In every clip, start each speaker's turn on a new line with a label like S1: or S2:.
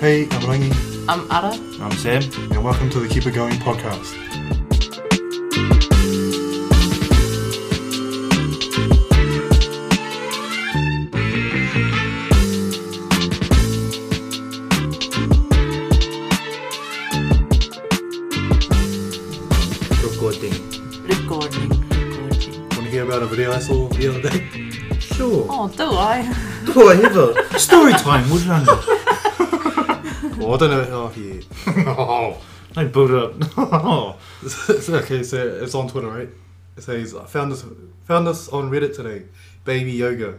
S1: Hey, I'm Rangi,
S2: I'm Ara.
S3: I'm Sam.
S1: and welcome to the Keep It Going podcast.
S3: Recording.
S2: Recording, recording.
S1: Want to hear about a video I saw the other day?
S3: Sure.
S2: Oh, do I?
S3: Do I ever? Story time, would you?
S1: Well, I don't know. Oh, yeah. oh.
S3: I build up.
S1: It's- okay, so it's on Twitter, right? It says I found this found this on Reddit today. Baby yoga.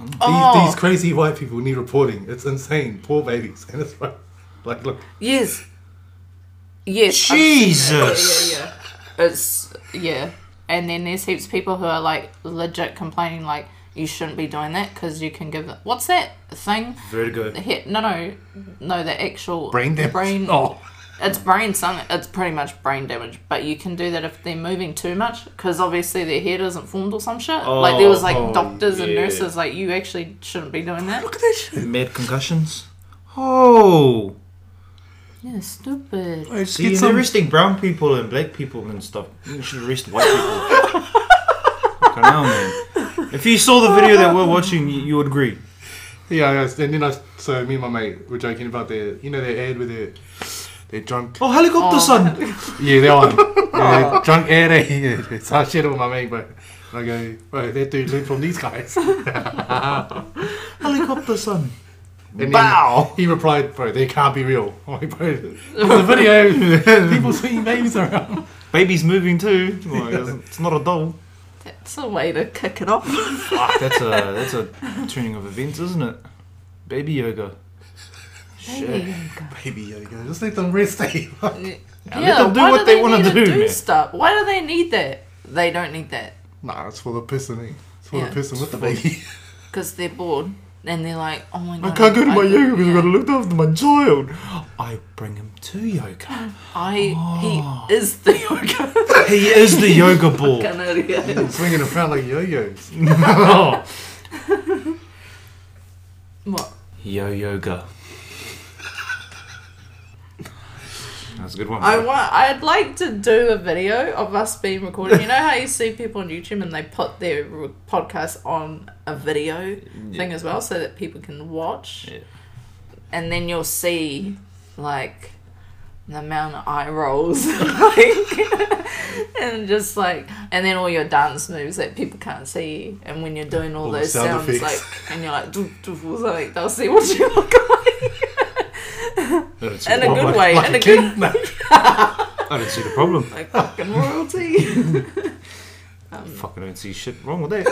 S2: Oh.
S3: Hmm. Oh.
S1: These, these crazy white people need reporting. It's insane. Poor babies. And it's like, like look,
S2: Yes. Yes. I've seen that.
S3: Jesus.
S2: Yeah, yeah, yeah. It's yeah, and then there's heaps of people who are like legit complaining like you shouldn't be doing that because you can give the- what's that thing?
S3: Vertigo.
S2: Hit no no no the actual
S1: Brain damage.
S2: brain
S3: Oh.
S2: it's brain something it's pretty much brain damage but you can do that if they're moving too much because obviously their head isn't formed or some shit like there was like
S3: Oh,
S2: doctors and
S3: yeah.
S2: nurses like you actually shouldn't be doing that
S3: Mad concussions. Oh.
S2: yeah stupid
S1: I just
S3: So you're arresting brown people and black people and stuff. You should arrest white people. Fucking hell, man. If you saw the video that we're watching, you, you would agree.
S1: Yeah, I was- and then I so me and my mate were joking about their you know their ad with their their drunk
S3: Oh, helicopter
S2: Oh.
S3: son.
S1: yeah that one yeah, their drunk ad eh? yeah. So I shared it with my mate, but I go bro that dude learned from these guys.
S3: Helicopter son.
S1: And
S3: Wow.
S1: He replied, bro, they can't be real. I'm like, bro, the video, people seeing babies around.
S3: Baby's moving too. Like, it's- it's not a doll.
S2: That's a way to kick it off.
S3: Fuck, that's a that's a turning of events, isn't it? Baby yoga. Shit.
S1: Baby yoga, just let them rest, eh?
S2: yeah,
S3: let them do
S2: why
S3: what
S2: do
S3: they
S2: they
S3: wanna
S2: need
S3: do, man.
S2: stuff? Why do they need that? They don't need that
S1: nah, it's for the person, eh? It's for
S2: Yeah.
S1: the person with the baby.
S2: because they're bored and they're like, oh my
S3: I
S2: god,
S3: can't go to my yoga because I've got
S2: yeah.
S3: to look after my child. I bring him to yoga.
S2: I
S3: Oh.
S2: he is the yoga.
S3: He is the yoga ball.
S2: Fucking idiot.
S1: Swinging around like yo-yos.
S3: Oh.
S2: what?
S3: Yo yoga. That's a good one.
S2: I
S3: bro.
S2: want. I'd like to do a video of us being recorded. You know how you see people on YouTube and they put their re- podcast on a video thing as well, so that people can watch.
S3: Yeah.
S2: And then you'll see, like, the amount of eye rolls, like, and just like, and then all your dance moves that people can't see, and when you're doing all,
S1: All the
S2: those
S1: sound
S2: sounds,
S1: effects.
S2: like, and you're like, doof, doof, or something, they'll see what you look like.
S3: That's
S2: in a
S3: one,
S2: good
S3: like-
S2: way,
S3: like
S2: in a
S3: king.
S2: good way.
S3: I don't see the problem.
S2: like fucking royalty.
S3: Fucking don't see shit wrong with that.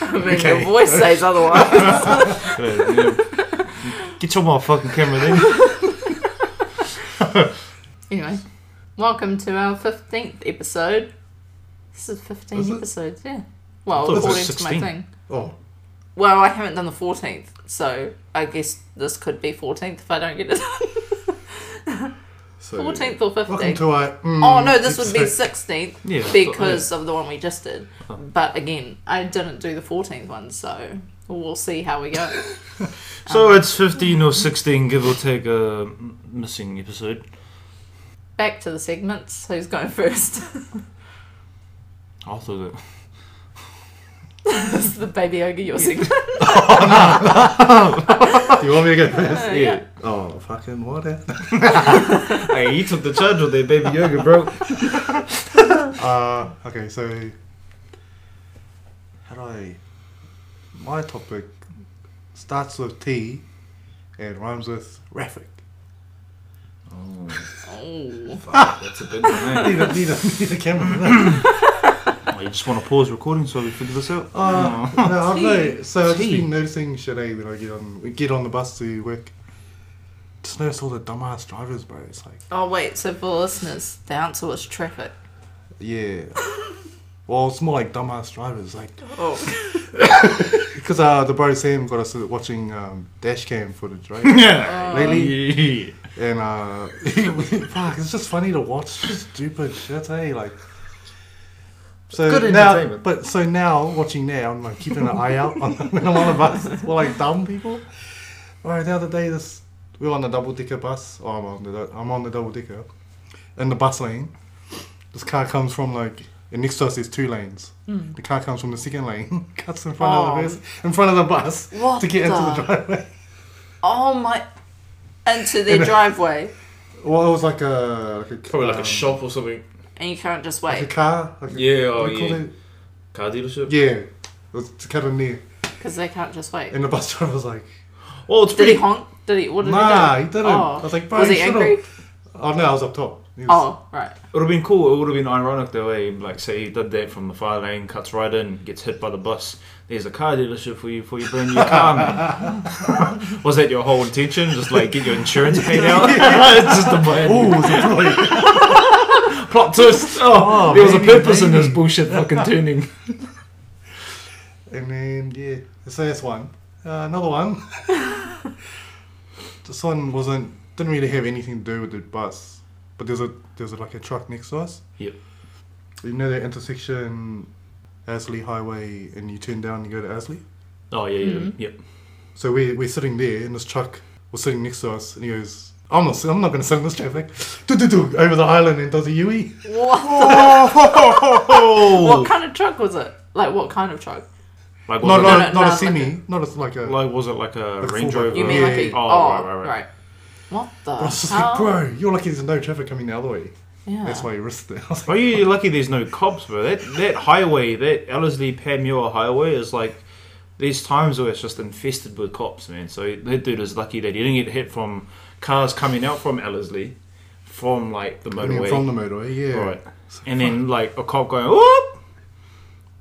S2: I mean,
S1: Okay.
S2: your voice says otherwise.
S3: Yeah, yeah. Get your motherfucking camera then.
S2: anyway, welcome to our fifteenth episode. This is fifteen
S1: Is it?
S2: episodes, yeah.
S3: I
S2: Well,
S3: thought it was
S2: according to my
S3: 16.
S2: thing.
S1: Oh,
S2: Well, I haven't done the fourteenth, so I guess this could be fourteenth if I don't get it
S1: so.
S2: fourteenth or
S1: Welcome
S2: fifteenth.
S1: to our. mm,
S2: Oh no, this would be
S1: episode.
S2: sixteenth
S3: Yeah, I thought-
S2: because of the one we just did. But again, I didn't do the fourteenth one, so we'll see how we go. Um,
S3: So it's 15 or 16, give or take a m- missing episode.
S2: Back to the segments. Who's going first?
S3: I'll do that.
S2: this is the baby ogre your segment.
S1: Do you want me to go first?
S2: Uh, yeah.
S1: Oh, fucking what?
S3: hey, you took the charge with that baby yoga, bro.
S1: Uh, okay, so how do I? My topic starts with T and rhymes with Raffic.
S2: Oh.
S3: Fuck, that's a big one, eh?
S1: Need a, need a, need a camera. for that.
S3: I Oh, just want to pause recording so we figure this out.
S2: Oh.
S3: Oh.
S1: Uh, no, I've no, so I've just
S3: Tea.
S1: been noticing shit eh, when I get on get on the bus to work. Just notice all the dumbass drivers, bro. It's like,
S2: oh, wait, so for listeners, the answer was traffic.
S1: yeah. well, it's more like dumbass drivers, like
S2: Oh.
S1: because uh, the bro Sam got us watching um, dash cam footage, right?
S3: yeah.
S1: Lately,
S3: Oh. Yeah.
S1: And uh, fuck, it's just funny to watch stupid shit, hey? Like, so
S3: Good
S1: now,
S3: entertainment.
S1: but so now watching now, I'm like keeping an eye out on when I'm on a bus. Well, like dumb people. Right, the other day, this we were on the double decker bus. Oh, I'm on the I'm on the double decker, in the bus lane. This car comes from like and next to us is two lanes. The car comes from the second lane, cuts in front
S2: Oh.
S1: of the bus, in front of the bus
S2: What
S1: to get into
S2: the-
S1: the driveway.
S2: Oh my! Into their driveway,
S1: Well, it was like a like a,
S4: Probably like
S1: um,
S4: a shop or something.
S2: and you can't just
S1: like a
S2: wait
S1: car. Like a,
S4: Yeah, oh
S1: what do you call
S4: yeah.
S1: it?
S4: Car dealership.
S1: Yeah, it was to cut in there,
S2: because they can't just wait.
S1: and the bus driver was like,
S4: Well, it's
S2: Did he
S4: pretty.
S2: honk? Did he? What did
S1: Nah,
S2: he
S1: he
S2: do? Oh.
S1: didn't. I was like, bro,
S2: was
S1: you
S2: he
S1: should've-
S2: angry?
S1: "Oh no, I was up top." He was-
S2: Oh, right.
S3: would have been cool. It would have been ironic though, eh? Like, say he did that from the far lane, cuts right in, gets hit by the bus. There's a car dealership for you for your brand new car, man. Was that your whole intention? Just like get your insurance paid out? it's just a
S2: Oh,
S3: plan.
S1: Ooh, it was a ploy.
S3: plot twist. Oh,
S1: Oh,
S3: there was a
S1: maybe,
S3: purpose in this
S1: maybe.
S3: bullshit fucking turning.
S1: and then yeah, so that's one. Uh, another one. this one wasn't didn't really have anything to do with the bus, but there's a there's a, like a truck next to us.
S3: Yep.
S1: You know that intersection, Asley Highway, and you turn down and you go to Asley.
S3: Oh yeah, yeah,
S2: Mhm.
S3: yep.
S1: So we we're sitting there, and this truck was sitting next to us, and he goes, "I'm not I'm not going to sit in this traffic." Do do do over the island and does a Yui.
S2: What? The,
S3: Oh,
S2: what kind of truck was it? Like what kind of truck?
S3: like, was
S1: Not
S3: it,
S2: no,
S1: not,
S2: no,
S1: not a
S2: like
S1: semi, not a, like a.
S3: like was it like a
S1: Like a
S3: Range
S1: full-
S3: Rover?
S2: You mean like a?
S1: Yeah.
S2: Oh,
S3: Oh,
S2: right,
S3: right, right.
S2: What the?
S1: I was just
S2: hell?
S1: like, bro, you're lucky there's no traffic coming the other way.
S2: Oh. Yeah.
S1: That's why you risked it. I was like,
S3: Are you lucky there's no cops, bro? That that highway, that Ellerslie Pamua highway, is like there's times where it's just infested with cops, man. So that dude is lucky that he didn't get hit from cars coming out from Ellerslie, from like the
S1: I mean,
S3: motorway,
S1: from the motorway, yeah.
S3: right? And then like a cop going, whoop,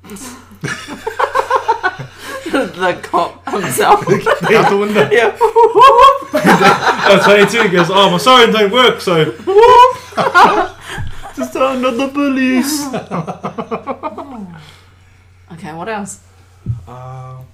S2: the cop himself.
S1: Out the window.
S2: yeah.
S3: that's funny too. He goes, oh my sirens don't work, so whoop. Just sound of the police.
S2: Okay. What else?
S1: Um,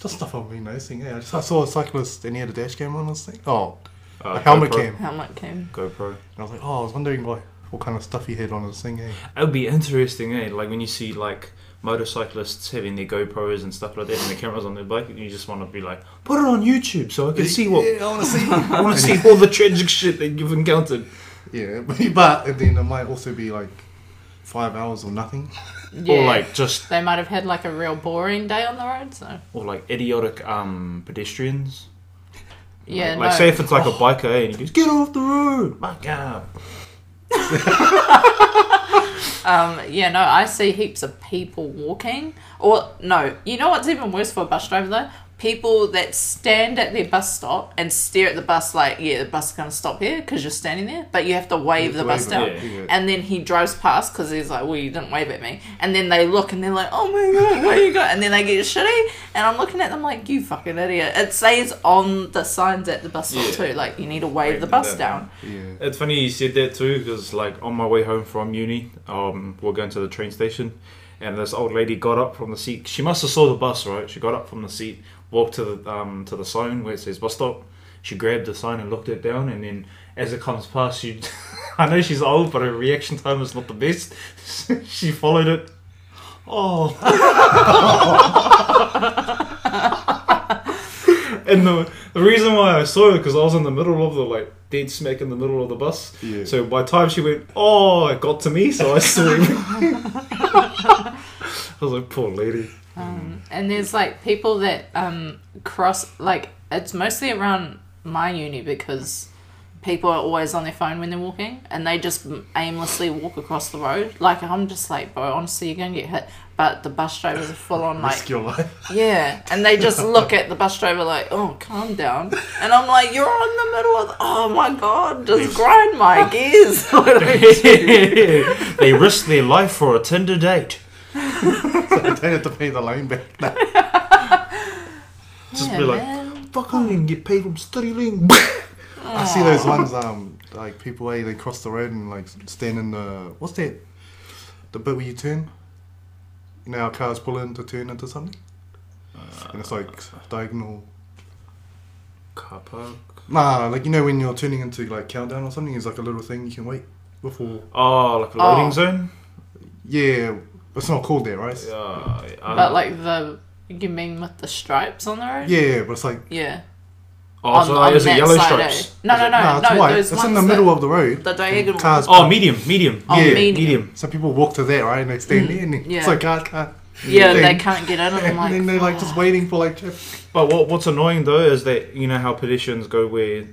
S1: just stuff I've been noticing. Yeah, I, just, I saw a cyclist and he had a dash cam on his thing. Oh,
S3: Uh,
S1: a helmet
S3: GoPro.
S1: cam. And
S2: How much came?
S3: GoPro.
S1: I was like, oh, I was wondering like what kind of stuff he had on his thing. Eh?
S3: It would be interesting, eh? Like when you see like motorcyclists having their GoPros and stuff like that, and the cameras on their bike, and you just want to be like, put it on YouTube so I can see what
S1: Yeah, I want to see.
S3: I want to see all the tragic shit that you've encountered.
S1: yeah, but, but and then it might also be like five hours or nothing.
S2: Yeah.
S3: Or like just
S2: they might have had like a real boring day on the road. So
S3: or like idiotic um pedestrians.
S2: yeah.
S3: Like
S2: no. oh.
S3: say if it's like a biker eh, and he goes, get off the road, my god.
S2: Um, yeah, no, I see heaps of people walking. Or, no, you know what's even worse for a bus driver though? People that stand at their bus stop and stare at the bus like, yeah, the bus is going to stop here because you're standing there, but you have to wave the
S1: Wave
S2: bus
S1: it,
S2: down.
S1: yeah, yeah.
S2: And then he drives past because he's like, well, you didn't wave at me. And then they look and they're like, oh my god, where you go? And then they get shitty. And I'm looking at them like, you fucking idiot. It says on the signs at the bus stop
S4: Yeah.
S2: too, like, you need to wave
S3: Wave
S2: the
S3: it
S2: bus
S3: down.
S2: down.
S1: Yeah.
S3: It's funny you said that too, because like on my way home from uni, um, we're going to the train station, and this old lady got up from the seat. She must have saw the bus, right? She got up from the seat, walked to the um to the sign where it says bus stop. She grabbed the sign and looked it down, and then as it comes past, she. I know she's old, but her reaction time is not the best. she followed it. Oh. and the, the reason why I saw it because I was in the middle of the like dead smack in the middle of the bus.
S1: Yeah.
S3: So by the time she went, oh, it got to me, so I saw him. I was like, poor lady.
S2: Um, and there's like people that um, cross, like, it's mostly around my uni because people are always on their phone when they're walking and they just aimlessly walk across the road. Like, I'm just like, bro, honestly, you're gonna get hit. But the bus drivers are full on, like,
S1: Risk your life.
S2: yeah. And they just look at the bus driver, like, oh, calm down. And I'm like, you're on the middle of, the- oh my god, just grind my gears.
S3: they risked their life for a Tinder date.
S1: so they had to pay the lane back. Nah.
S3: Just
S2: Yeah,
S3: be like,
S2: man.
S3: fuck, I didn't get paid from studying.
S1: I see those ones, um, like people, eh, they cross the road and like stand in the what's that? The bit where you turn. You know, our cars pull in to turn into something, and it's like
S2: Uh,
S1: diagonal.
S3: Car park.
S1: Nah, like you know when you're turning into like countdown or something, it's like a little thing you can wait before.
S3: Oh, like a loading
S2: Oh.
S3: zone?
S1: Yeah, it's not called that, right?
S3: Yeah.
S1: Yeah,
S3: I-
S2: But like the, you mean with the stripes on the road?
S1: but it's like
S2: Yeah.
S3: Oh,
S2: on,
S3: so
S2: on
S3: is it
S2: that
S3: yellow
S2: side, eh?
S3: stripes?
S2: No,
S3: Is
S2: no,
S3: it-
S2: no,
S1: Nah, it's
S2: no.
S1: white.
S2: Those
S1: It's in the
S2: ones
S1: middle
S2: that-
S1: of the road.
S2: the diagonal.
S1: Cars.
S3: Oh, medium, medium.
S2: Oh,
S1: yeah,
S2: medium.
S3: medium.
S1: So people walk to that, right? And they stand there and then
S2: Mm. yeah. Oh
S1: it's like, can't, can't.
S2: Yeah,
S1: thing.
S2: they can't get in. And I'm
S1: And
S2: like,
S1: then they're like just waiting for like, traffic.
S3: But what, what's annoying though is that you know how pedestrians go where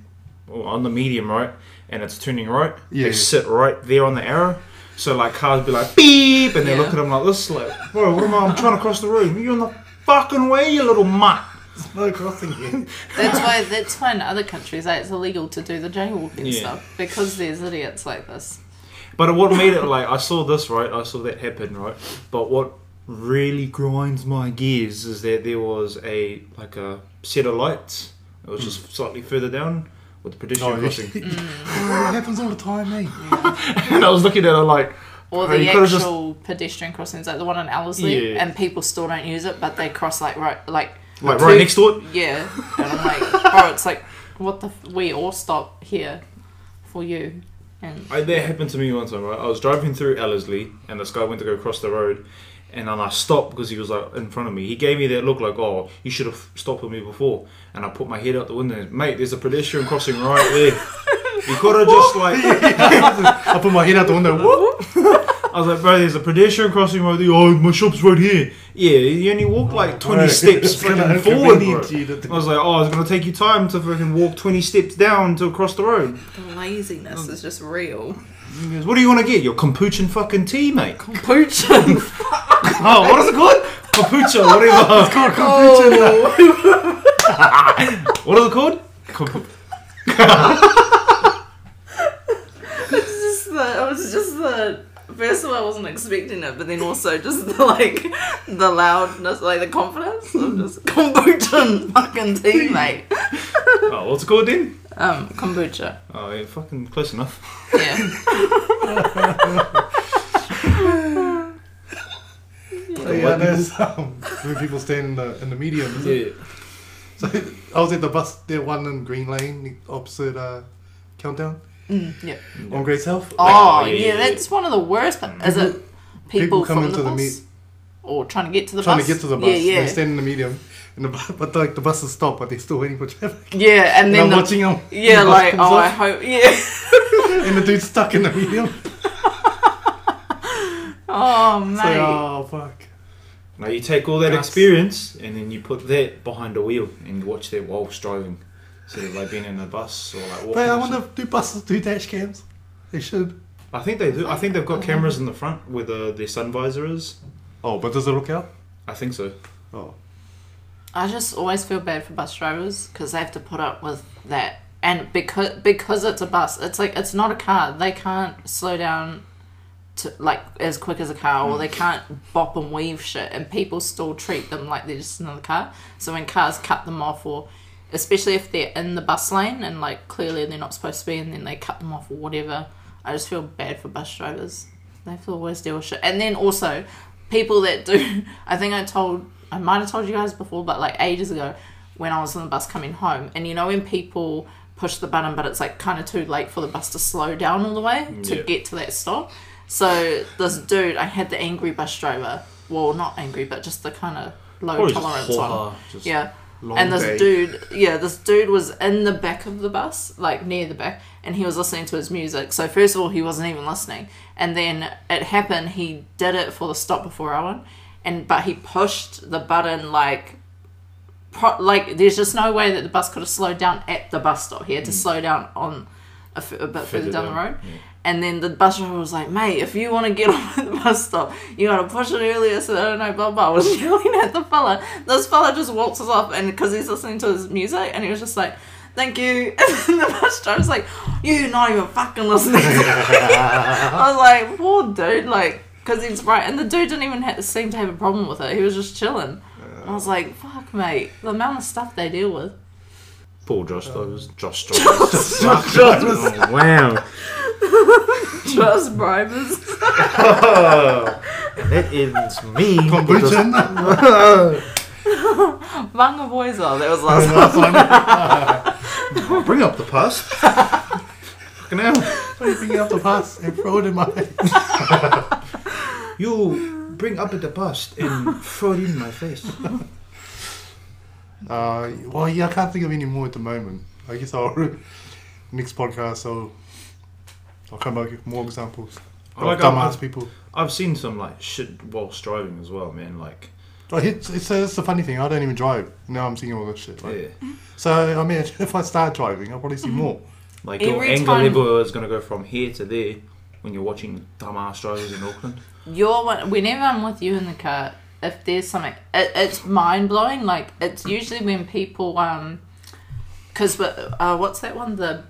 S3: well, on the medium right, and it's turning right.
S1: Yeah.
S3: They sit right there on the arrow. So like cars be like beep, and they
S2: Yeah.
S3: look at them like this, like bro, what am I? I'm trying to cross the road. You're in the fucking way, you little mutt.
S1: no crossing here.
S2: that's why. That's why in other countries like, it's illegal to do the jaywalking
S3: Yeah.
S2: stuff because there's idiots like this.
S3: But what made it like I saw this right, I saw that happen right. But what really grinds my gears is that there was a like a set of lights. It was just slightly further down with the pedestrian
S1: Oh, yeah.
S3: crossing,
S1: Mm. it happens all the time, mate.
S3: and I was looking at it like,
S2: Or
S3: Or
S2: the
S3: you could've just-
S2: actual pedestrian crossings, like the one in Ellerslie,
S3: Yeah.
S2: and people still don't use it, but they cross like right, like
S3: like
S2: two-
S3: right next to it.
S2: Yeah, and I'm like, oh, it's like, what the? F- we all stop here for you, and
S3: I, that happened to me one time, right? I was driving through Ellerslie and this guy went to go cross the road and then I stopped because he was like in front of me. He gave me that look like, oh, you should have stopped with me before. And I put my head out the window and, mate, there's a pedestrian crossing right there. You could have just like,
S1: I put my head out the window. Whoop.
S3: I was like, bro, there's a pedestrian crossing right there. Oh, my shop's right here. Yeah, you only walk like 20
S1: Right.
S3: steps
S1: It's kinda
S3: fucking forward, bro.
S1: inconvenient you to-
S3: I was like, oh, it's going to take you time to fucking walk 20 steps down to cross the road.
S2: the
S1: Mm.
S2: laziness is just real.
S3: He goes, what do you want to get? Your kombucha fucking tea, mate.
S2: Pooch.
S3: Oh, what is it called? Kombucha, whatever.
S2: Oh.
S3: What is it called? Kombu-
S2: It's just the. It was just the. First of all, I wasn't expecting it, but then also just the like, the loudness, like the confidence
S1: Hmm.
S2: of just kombucha and fucking tea, mate.
S3: oh, what's it called then?
S2: Um, kombucha.
S3: Oh, yeah, fucking close enough.
S2: Yeah.
S1: Yeah, there's um, when people stand in the in the medium. Is it?
S4: Yeah.
S1: So I was at the bus there one in Green Lane opposite uh, Countdown
S2: Mm, yeah.
S1: on Grace Health.
S2: Oh,
S3: yeah,
S2: yeah,
S3: yeah, yeah.
S2: that's one of the worst. But is it people,
S1: people come
S2: from
S1: into
S2: the
S1: the
S2: bus?
S1: meet-
S2: or trying to get to the
S1: trying
S2: bus?
S1: to get to the bus.
S2: Yeah, yeah,
S1: They stand in the medium, and the bu- but like the buses stop, but they're still waiting for traffic.
S2: yeah. And
S1: And,
S2: then
S1: I'm
S2: the,
S1: watching them.
S2: Yeah,
S1: the bus
S2: like oh,
S1: comes
S2: I
S1: up,
S2: hope yeah.
S1: and the dude's stuck in the medium.
S2: Oh
S1: It's like,
S2: mate,
S1: oh fuck.
S3: Now you take all that
S1: Guts.
S3: experience and then you put that behind the wheel and you watch that whilst driving. Instead of like being in a bus or like walking.
S1: But I
S3: or
S1: wonder
S3: something.
S1: if do buses do dash cams? They should.
S3: I think they do. I think they've got cameras in the front where the, their sun visor is.
S1: Oh, but does it look out?
S3: I think so.
S1: Oh,
S2: I just always feel bad for bus drivers because they have to put up with that, and because because it's a bus, it's like it's not a car. They can't slow down to like as quick as a car, or they can't bop and weave shit, and people still treat them like they're just another car. So when cars cut them off, or especially if they're in the bus lane and like clearly they're not supposed to be, and then they cut them off or whatever, I just feel bad for bus drivers. They have to always deal with shit, and then also people that do. I think I told I might have told you guys before, but like ages ago when I was on the bus coming home, and you know when people push the button, but it's like kind of too late for the bus to slow down all the way to
S3: Yeah.
S2: get to that stop. So this dude, I had the angry bus driver. Well, not angry, but just the kind of low
S3: Probably
S2: Oh, tolerance
S3: just
S2: on.
S3: whore, just-
S2: Yeah.
S1: long
S2: and this
S1: day.
S2: dude, yeah, this dude was in the back of the bus, like near the back, and he was listening to his music. So first of all, he wasn't even listening, and then it happened. He did it for the stop before Owen, and but he pushed the button like, pro- like there's just no way that the bus could have slowed down at the bus stop. He had to slow down on a, f- a bit further down, the road. And then the bus driver was like, mate, if you want to get off at the bus stop, you got to push it earlier so I don't know, blah, blah. I was yelling at the fella. This fella just waltzes off and because he's listening to his music and he was just like, thank you. And then the bus driver's like, you not even fucking listening to me. I was like, poor dude, like, because he's right. And the dude didn't even ha seem to have a problem with it. He was just chilling. I was like, fuck, mate, the amount of stuff they deal with.
S3: Poor Josh drivers. Josh drivers. Josh drivers. wow.
S2: Trust bribers.
S3: That ends me.
S1: kombucha. in there?
S2: Manga boys are. That was the last
S1: That's what I'm-
S3: Bring up the past. Oh, fucking hell.
S1: I'm picking up the bus and throw it in my.
S3: You bring up the past and throw it in my face.
S1: Uh, well, yeah, I can't think of any more at the moment. I guess I'll next podcast. I'll I'll come up with more examples.
S3: I
S1: Like
S3: like
S1: dumbass
S3: I've,
S1: people.
S3: I've seen some like shit whilst driving as well, man. Like,
S1: Like, it's, it's, it's the funny thing. I don't even drive. Now I'm seeing all this shit. Like,
S3: yeah,
S1: So I mean, if I start driving, I'll probably see more.
S3: like your
S2: Every
S3: anger
S2: time-
S3: level is gonna go from here to there when you're watching dumbass drivers in Auckland.
S2: You're one, whenever I'm with you in the car, if there's something, it, it's mind blowing. Like it's usually when people, um, because uh, what's that one? The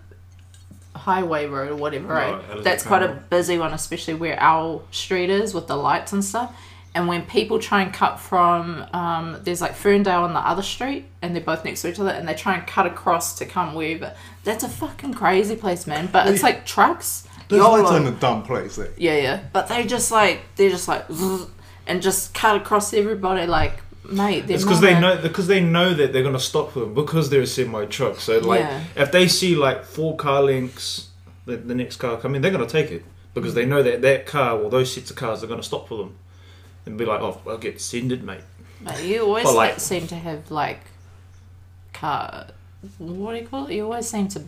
S2: highway road or whatever. Right?
S3: No, Elizabeth
S2: That's quite a
S3: Campbell.
S2: busy one, especially where our street is with the lights and stuff. And when people try and cut from, um, there's like Ferndale on the other street, and they're both next to each other, and they try and cut across to come wherever. That's a fucking crazy place, man. But it's like trucks.
S1: There's
S2: YOLO.
S1: lights in a dumb place. eh? Like,
S2: Yeah, yeah. But they just like they're just like "Zzz," and just cut across everybody like mate. they're
S3: It's because they
S2: not-
S3: know because they know that they're gonna stop them because they're a semi truck. So like,
S2: Yeah.
S3: if they see like four car links, the, the next car coming, they're gonna take it because
S2: Mm.
S3: they know that that car or those sets of cars are gonna stop for them and be like, oh, I'll get sended, mate.
S2: Mate, you always
S3: But,
S2: like,
S3: like-
S2: seem to have like car. What do you call it? You always seem to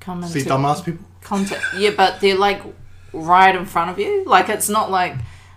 S2: come into
S1: see dumbass people.
S2: contact. Yeah, but they're like right in front of you. Like it's not like.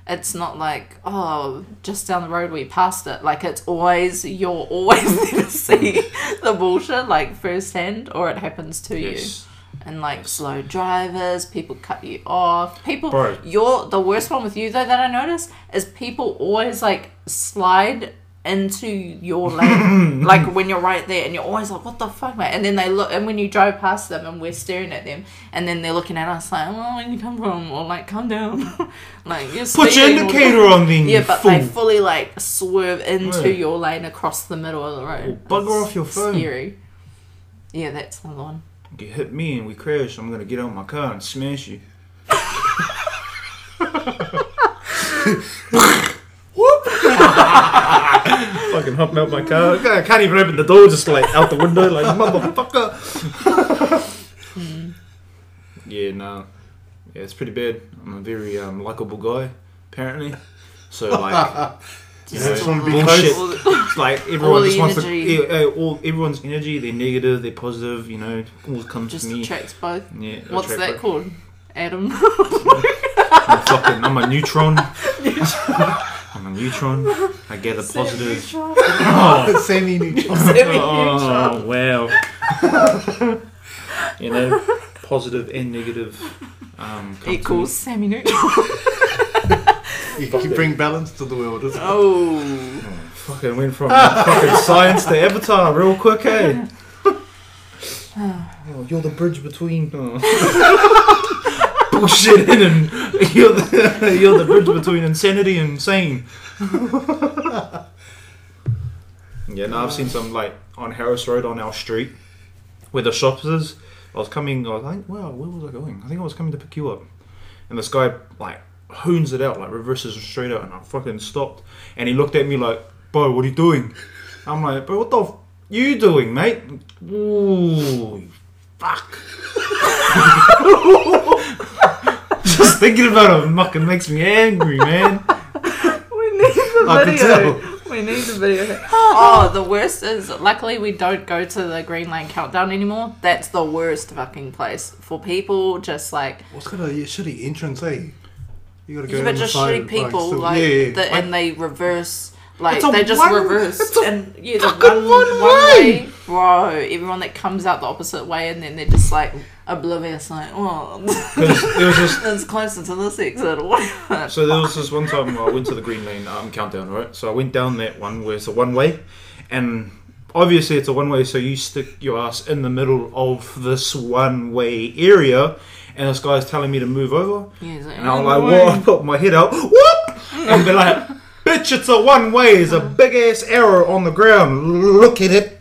S2: It's not like oh, just down the road we passed it. Like it's always you're always there to see the bullshit like firsthand, or it happens to you.
S3: Yes.
S2: and like slow drivers, people cut you off. People,
S3: Bro.
S2: you're the worst one with you though that I notice is people always like slide into your lane, like when you're right there, and you're always like, "What the fuck, mate?" And then they look, and when you drive past them, and we're staring at them, and then they're looking at us like, "Well, where you come from?" or like, "Calm down," like you're
S3: Put your
S2: speeding or-
S3: indicator on then,
S2: Yeah,
S3: you
S2: but
S3: fool.
S2: they fully like swerve into
S3: Yeah.
S2: your lane across the middle of the road.
S3: Or bugger
S2: It's
S3: off your phone.
S2: Scary. Yeah, that's another one.
S3: You hit me and we crash. I'm gonna get out of my car and smash you. Whoop! Fucking hop out my car. I can't even open the door, just like out the window, like motherfucker. yeah, no, yeah, it's pretty bad. I'm a very um, likable guy, apparently. So like, you
S1: Just
S3: know,
S1: wanna be
S3: bullshit.
S2: All the-
S3: It's like everyone
S2: All the
S3: just wants to.
S2: energy.
S3: Yeah, uh, all everyone's energy. They're negative. They're positive. You know, all comes
S2: just
S3: to me.
S2: attracts both.
S3: Yeah,
S2: What's that
S3: attract both.
S2: called? Adam.
S3: I'm a fucking, I'm a neutron. I'm a neutron. I gather positive. Oh,
S1: Sandy neutral.
S3: oh wow. you know, positive and negative. Um, come to
S2: Equals semi neutral.
S1: you can bring balance to the world. Isn't it?
S2: Oh.
S3: me. Fucking went from fucking science to avatar real quick, eh? Oh, you're the bridge between oh. bullshit and you're the, you're the bridge between insanity and sane. Yeah, no, I've seen some like on Harris Road on our street where the shops is. I was coming, I was like, wow, where was I going? I think I was coming to pick you up. And this guy like hoons it out, like reverses straight out, and I fucking stopped. And he looked at me like, bro, what are you doing? I'm like, bro, what the f- you doing, mate? Ooh, fuck. Just thinking about it fucking makes me angry, man.
S2: We need the
S1: I can
S2: video.
S1: tell.
S2: We need the video. Oh, the worst is luckily we don't go to the Green Lane countdown anymore. That's the worst fucking place for people. Just like,
S1: What's got a shitty entrance, eh? You gotta go
S2: yeah,
S1: in
S2: but
S1: the
S2: just
S1: side,
S2: shitty people,
S1: so-
S2: like,
S1: yeah, yeah.
S2: The, and they reverse. Like
S3: It's a
S2: they just
S3: one-
S2: reverse
S3: it's a
S2: and yeah, the
S3: fucking
S2: one,
S3: one
S2: one
S3: way.
S2: way, bro. Everyone that comes out the opposite way and then they're just like oblivious, like, oh,
S3: Because it was just
S2: it's closer to this exit or whatever.
S3: So there was this one time I went to the Green Lane um, countdown, right? So I went down that one where it's a one way, and obviously it's a one way, so you stick your ass in the middle of this one way area, and this guy's telling me to move over,
S2: Yeah, he's like, "Oh,
S3: and I'm like, well, I put my head out, whoop, and be like, bitch, it's a one way, there's a big ass arrow on the ground, look at it.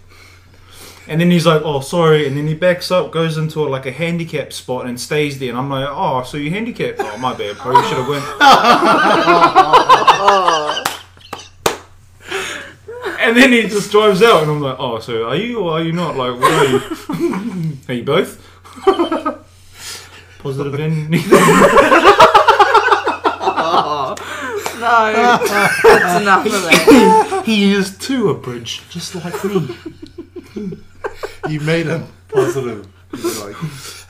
S3: And then he's like, "Oh, sorry," and then he backs up, goes into like a handicap spot, and stays there. And I'm like, "Oh, so you're handicapped? Oh, my bad, bro. You should have went." And then he just drives out, and I'm like, "Oh, so are you or are you not? Like, what are you? are you both?" Positive and
S2: Oh, no, No, that's enough of that.
S1: he is too a bridge, just like me. you made him positive. You were like,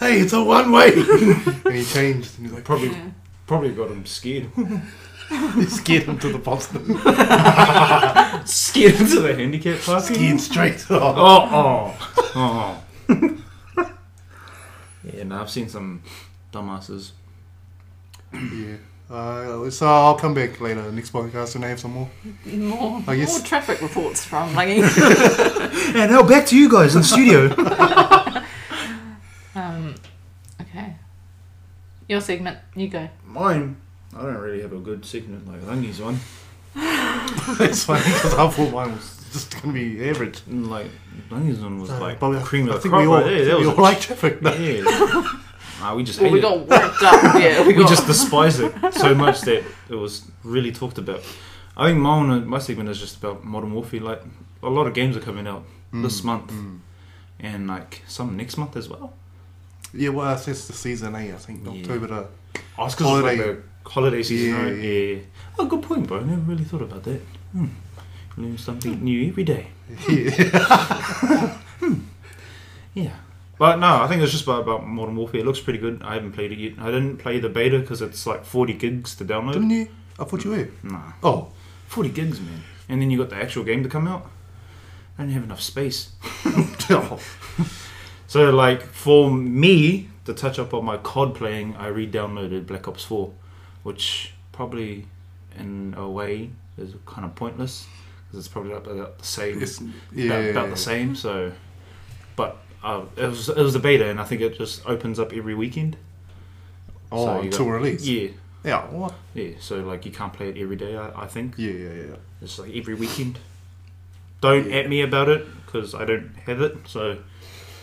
S1: hey, it's a one way. and he changed. And he's like,
S3: Probably,
S2: Yeah.
S3: probably got him scared.
S1: he scared him to the bottom.
S3: scared into the handicap parking.
S1: Skied straight off.
S3: Oh, oh, oh. yeah, no, I've seen some dumbasses.
S1: Yeah. Uh, so I'll come back later, next podcast, when I have some more.
S2: More,
S1: I guess-
S2: more traffic reports from like
S3: And now back to you guys in the studio.
S2: um, okay. Your segment, you go.
S3: Mine, I don't really have a good segment like Lungy's one.
S1: it's funny because I thought mine was just going to be average.
S3: And, Like Lungy's one was
S1: Uh,
S3: like
S1: but
S3: cream
S1: I
S3: of the
S1: think
S3: crop.
S1: we all,
S3: right there. That
S1: we
S3: was
S1: all like traffic. No.
S3: yeah. nah, we just
S2: Well,
S3: hate
S2: we
S3: it.
S2: got worked up. Yeah, we,
S3: we
S2: got.
S3: just despise it so much that it was really talked about. I think my one, my segment is just about modern warfare. Like a lot of games are coming out this month,
S1: mm.
S3: and like some next month as well.
S1: Yeah, well, that's just the season, eh? I think
S3: Yeah.
S1: October to
S3: Oscars
S1: Holiday.
S3: like the holiday season,
S1: Yeah,
S3: right?
S1: yeah.
S3: Yeah. Oh, good point, bro. I never really thought about that. Hmm. Learn something new every day.
S1: yeah.
S3: Yeah. But no, I think it's just about, about Modern Warfare. It looks pretty good. I haven't played it yet. I didn't play the beta because it's like 40 gigs to download.
S1: Didn't you? I thought you were.
S3: Nah.
S1: Oh,
S3: 40 gigs, man. And then you got the actual game to come out. I didn't have enough space. Oh. So, like, for me to touch up on my COD playing, I re downloaded Black Ops 4, which probably in a way is kind of pointless because it's probably about the same.
S1: it's,
S3: about-
S1: yeah.
S3: about the same, so. But uh, it, was, it was the beta, and I think it just opens up every weekend.
S1: Oh,
S3: So you
S1: until
S3: got-
S1: release.
S3: Yeah,
S1: Yeah, what?
S3: yeah. So, like, you can't play it every day, I, I think.
S1: Yeah, yeah, yeah.
S3: It's like every weekend. Don't at me about it because I don't have it. So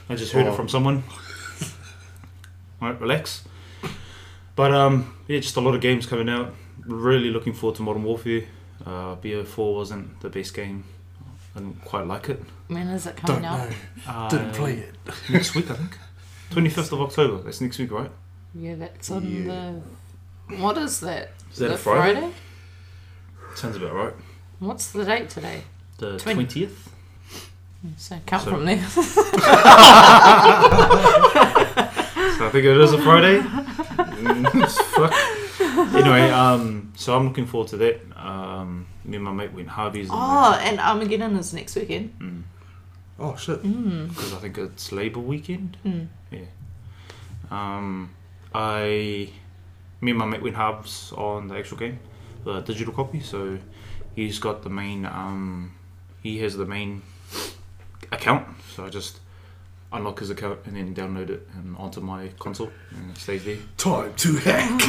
S3: I just heard
S1: Oh.
S3: it from someone. All right, relax. But um, yeah, just a lot of games coming out. Really looking forward to Modern Warfare. Uh, BO4 wasn't the best game. I didn't quite like it.
S2: When is it coming
S1: Don't
S2: out?
S1: know.
S3: Uh,
S1: Didn't play it.
S3: next week, I think. Twenty fifth of October. That's next week, right?
S2: Yeah, that's on
S1: Yeah.
S2: the. What is that?
S4: Is that a
S2: The
S4: Friday?
S3: Sounds about right.
S2: What's the date today?
S3: The
S2: Twen-
S3: twentieth.
S2: So count
S3: So-
S2: from there.
S3: So I think it is a Friday. Mm, Fuck. Anyway, um, so I'm looking forward to that. Um, me and my mate went Harvey's
S2: Oh, and Armageddon is next weekend.
S1: Oh, shit.
S3: because I think it's Labour weekend.
S2: Mm.
S3: Yeah. Um, I, me and my mate went halves on the actual game, the digital copy. So he's got the main. Um, he has the main account. So I just unlock his account and then download it and onto my console and it stays there.
S1: Time to hack.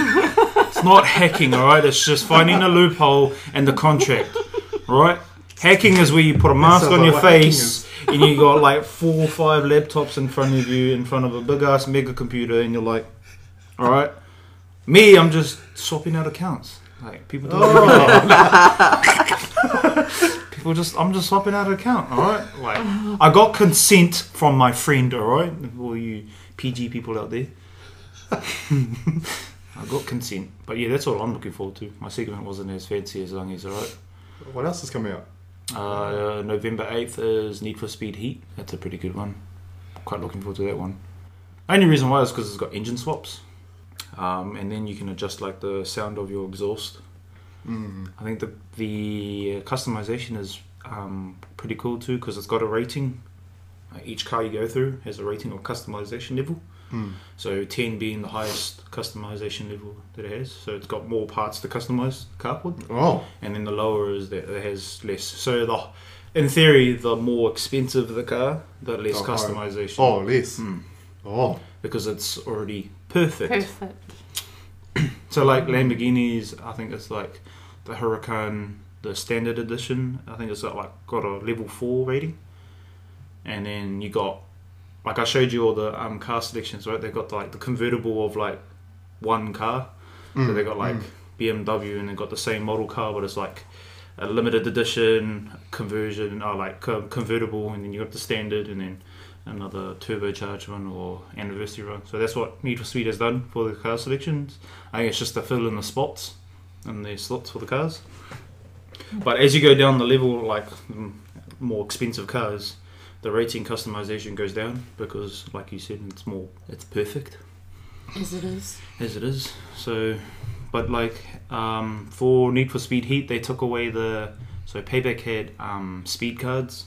S3: It's not hacking, all right. It's just finding a loophole and the contract, all right. Hacking is where you put a mask
S1: sounds
S3: on
S1: like
S3: your
S1: what hacking
S3: face and you got like four or five laptops in front of you, in front of a big ass mega computer, and you're like, all right. Me, I'm just swapping out accounts. Like people don't. people just. I'm just swapping out an account. All right. Like I got consent from my friend. All right. All you PG people out there. I got consent. But yeah, that's all I'm looking forward to. My segment wasn't as fancy as long as alright.
S1: what else is coming out?
S3: Uh, November 8th is Need for Speed Heat. That's a pretty good one. Quite looking forward to that one. Only reason why is because it's got engine swaps. Um, and then you can adjust like the sound of your exhaust.
S1: Mm.
S3: I think the the customization is um, pretty cool too because it's got a rating. Uh, each car you go through has a rating or customization level.
S1: Mm.
S3: So 10 being the highest customization level that it has. So it's got more parts to customize the car with.
S1: Oh,
S3: And then the lower is that it has less. So the in theory, the more expensive the car, the less
S1: Oh, oh.
S3: customization.
S1: oh, less.
S3: Mm.
S1: Oh,
S3: Because it's already perfect.
S2: Perfect.
S3: So like Lamborghinis, I think it's like the Huracan, the standard edition. I think it's got like got a level four rating, and then you got like I showed you all the um, car selections, right? They've got like the convertible of like one car. So
S1: Mm,
S3: they got like BMW, and they got the same model car, but it's like a limited edition conversion, or like co- convertible, and then you got the standard, and then another turbocharged one or anniversary one. So that's what Need for Speed has done for the car selections. I think it's just to fill in the spots and their slots for the cars. But as you go down the level, like mm, more expensive cars, the rating customization goes down because, like you said, it's more it's perfect
S2: As it is.
S3: as it is. So, but like um, for Need for Speed Heat, they took away the so Payback had um, speed cards.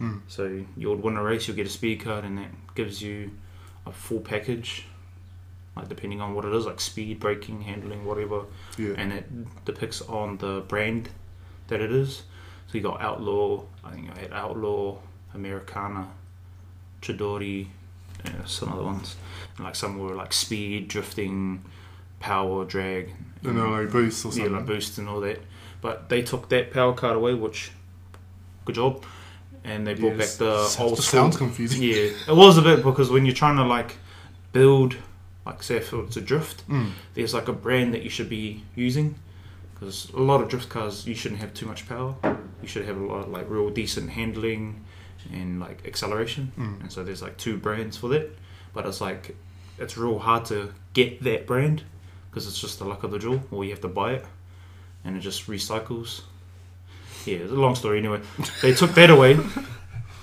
S1: Mm.
S3: So you would win a race, you'll get a speed card, and that gives you a full package, like depending on what it is, like speed, braking, handling, whatever,
S1: Yeah.
S3: and it depicts on the brand that it is. So you got Outlaw, I think I had Outlaw, Americana, Chidori, yeah, some other ones. And like some were like speed, drifting, power, drag,
S1: And then like boost or
S3: yeah,
S1: something.
S3: like boost and all that. But they took that power card away, which good job. And they brought
S1: Yeah,
S3: back
S1: s-
S3: the
S1: s-
S3: old
S1: just
S3: school.
S1: sounds confusing.
S3: Yeah, it was a bit because when you're trying to like build, like say if it's a drift,
S1: Mm.
S3: there's like a brand that you should be using because a lot of drift cars you shouldn't have too much power. You should have a lot of like real decent handling and like acceleration.
S1: Mm.
S3: And so there's like two brands for that, but it's like it's real hard to get that brand because it's just the luck of the draw, or you have to buy it, and it just recycles. Yeah, it's a long story anyway. They took that away,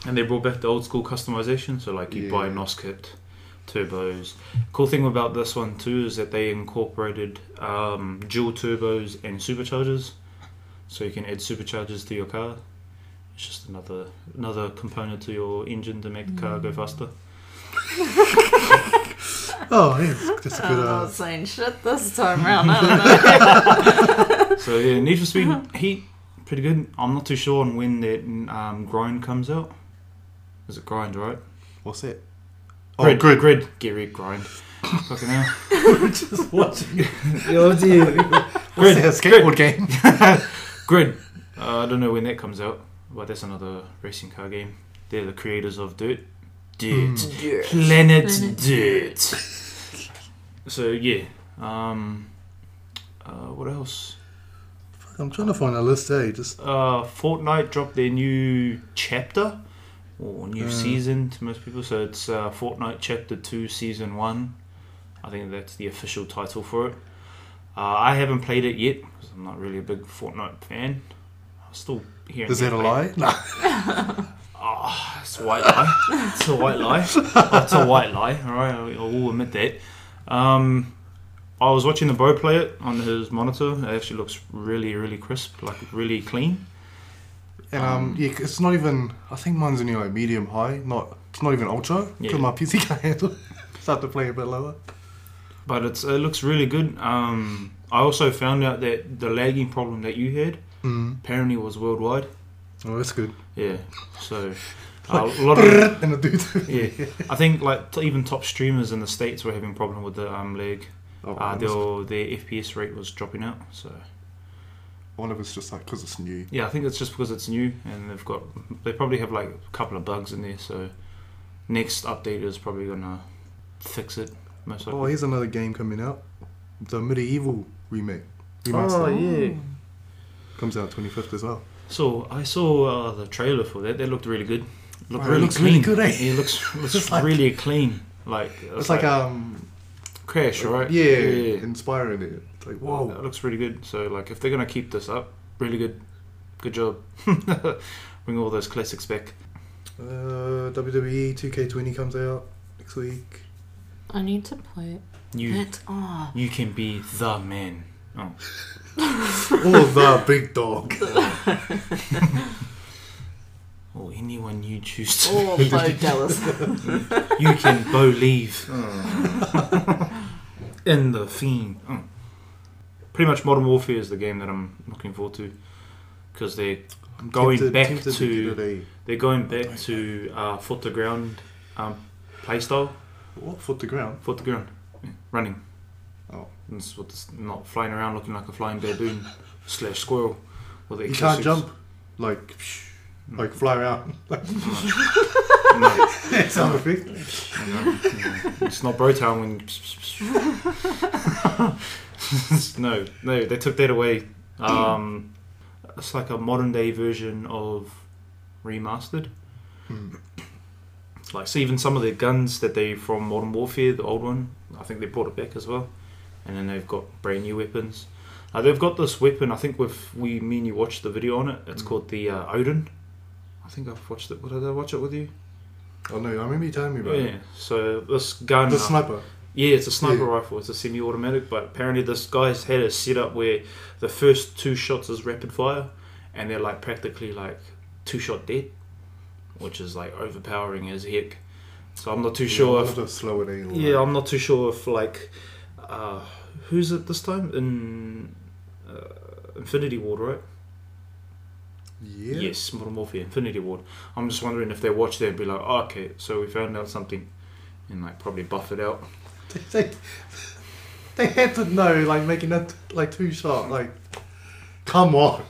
S3: and they brought back the old school customization. So like you buy
S1: Yeah.
S3: NOS kit, turbos. Cool thing about this one too is that they incorporated um, dual turbos and superchargers, so you can add superchargers to your car. It's just another another component to your engine to make the car go faster.
S1: Oh, yeah, that's a
S2: I'm
S1: good.
S2: not
S1: Uh,
S2: saying shit this time round. I don't know.
S3: So yeah, Need for Speed Heat, pretty good. I'm not too sure on when that um, grind comes out. Is it grind, right?
S1: what's it? Oh, grid.
S3: grid, get rid, grind. Fucking hell.
S1: What's
S3: Grid,
S1: that skateboard game?
S3: Grid. Uh, I don't know when that comes out, but that's another racing car game. They're the creators of Dirt. Dirt.
S1: Hmm.
S2: Yeah.
S3: Planet,
S2: Planet
S3: Dirt. so yeah. Um, uh, what else?
S1: I'm trying to find a list. Hey, just
S3: uh, Fortnite dropped their new chapter or new
S1: Uh.
S3: season to most people. So it's uh, Fortnite Chapter Two, Season One. I think that's the official title for it. Uh, I haven't played it yet 'cause I'm not really a big Fortnite fan. I'm still hearing.
S1: is that a lie? No.
S3: Oh, it's a white lie. it's a white lie. Oh, It's a white lie. All right, I I will admit that. Um, I was watching the bro play it on his monitor. It actually looks really, really crisp, like really clean.
S1: And um,
S3: Um,
S1: yeah, 'cause it's not even. I think mine's only like medium high. Not it's not even ultra.
S3: Yeah.
S1: Because my PC can't handle. it. So I have to play a bit lower.
S3: But it's, it looks really good. Um, I also found out that the lagging problem that you had
S1: Mm.
S3: apparently was worldwide.
S1: Oh, that's good.
S3: Yeah. So uh, a lot of
S1: and a dude.
S3: yeah, I think like t- even top streamers in the states were having problem with the um, lag.
S1: Oh, I
S3: Uh,
S1: wonder-
S3: their their FPS rate was dropping out. So
S1: I wonder if it's just like because it's new.
S3: yeah, I think it's just because it's new and they've got they probably have like a couple of bugs in there. So next update is probably gonna fix it most
S1: Oh,
S3: likely.
S1: here's another game coming out. The Medieval remake.
S4: Oh,
S1: Remaster.
S4: yeah.
S2: Hmm.
S1: Comes out 25th as well.
S3: So I saw uh, the trailer for that. That looked really good. Looked
S1: Wow, it
S3: really
S1: looks
S3: clean.
S1: really good, eh?
S3: Yeah, It looks looks
S1: It's like-
S3: really clean. Like
S1: It's, like, um.
S3: crash, right?
S1: Yeah,
S3: yeah.
S1: inspiring it. It's like
S3: Whoa,
S1: whoa.
S3: that looks really good. So like, if they're gonna keep this up, really good, good job. Bring all those classics back.
S1: Uh, WWE 2K20 comes out next week.
S2: I need to play it.
S3: You
S2: It's- oh.
S3: you can be the man. Oh,
S1: Oh, the big dog.
S3: or anyone you choose to.
S1: Oh
S2: Or Bo Dallas.
S3: you can believe Hmm. in the fiend. Mm. Pretty much, Modern Warfare is the game that I'm looking forward to because they're going
S1: Tempted-
S3: back
S1: tempted
S3: to
S1: get it, eh?
S3: they're going back to uh, foot to ground um, playstyle.
S1: what foot to ground?
S3: Foot to ground, Yeah, running.
S1: Oh.
S3: That's what this- not flying around looking like a flying baboon slash squirrel. With the
S1: You
S3: extra
S1: can't
S3: suits.
S1: jump, like psh, like fly around. Like,
S3: No.
S1: sound effect.
S3: No, no. It's not Brotown when. no, no, they took that away. Um, it's like a modern day version of remastered.
S1: Hmm.
S3: Like, so even some of the guns that they from Modern Warfare, the old one, I think they brought it back as well. And then they've got brand new weapons. Uh, they've got this weapon. I think we've we me and you watched the video on it. It's
S1: Mm.
S3: called the uh, Odin. I think I've watched it. What did I watch it with you?
S1: Oh no, I remember you telling me about
S3: Yeah. So this gun.
S1: it. The
S3: uh,
S1: sniper.
S3: Yeah, it's a sniper
S1: Yeah.
S3: rifle. It's a semi-automatic, but apparently this guy's had a setup where the first two shots is rapid fire, and they're like practically like two shot dead, which is like overpowering as heck. So I'm not too sure
S1: Yeah,
S3: if
S1: I'll have to slow it down.
S3: yeah, I'm not too sure if like uh, who's it this time in uh, Infinity Ward, right?
S1: Yeah.
S3: Yes, Modern Warfare Infinity Ward. I'm just wondering if they watch that and be like, oh, okay, so we found out something, and like probably buff it out.
S1: They, they, they had to know, like making that like two shot, like. Come on!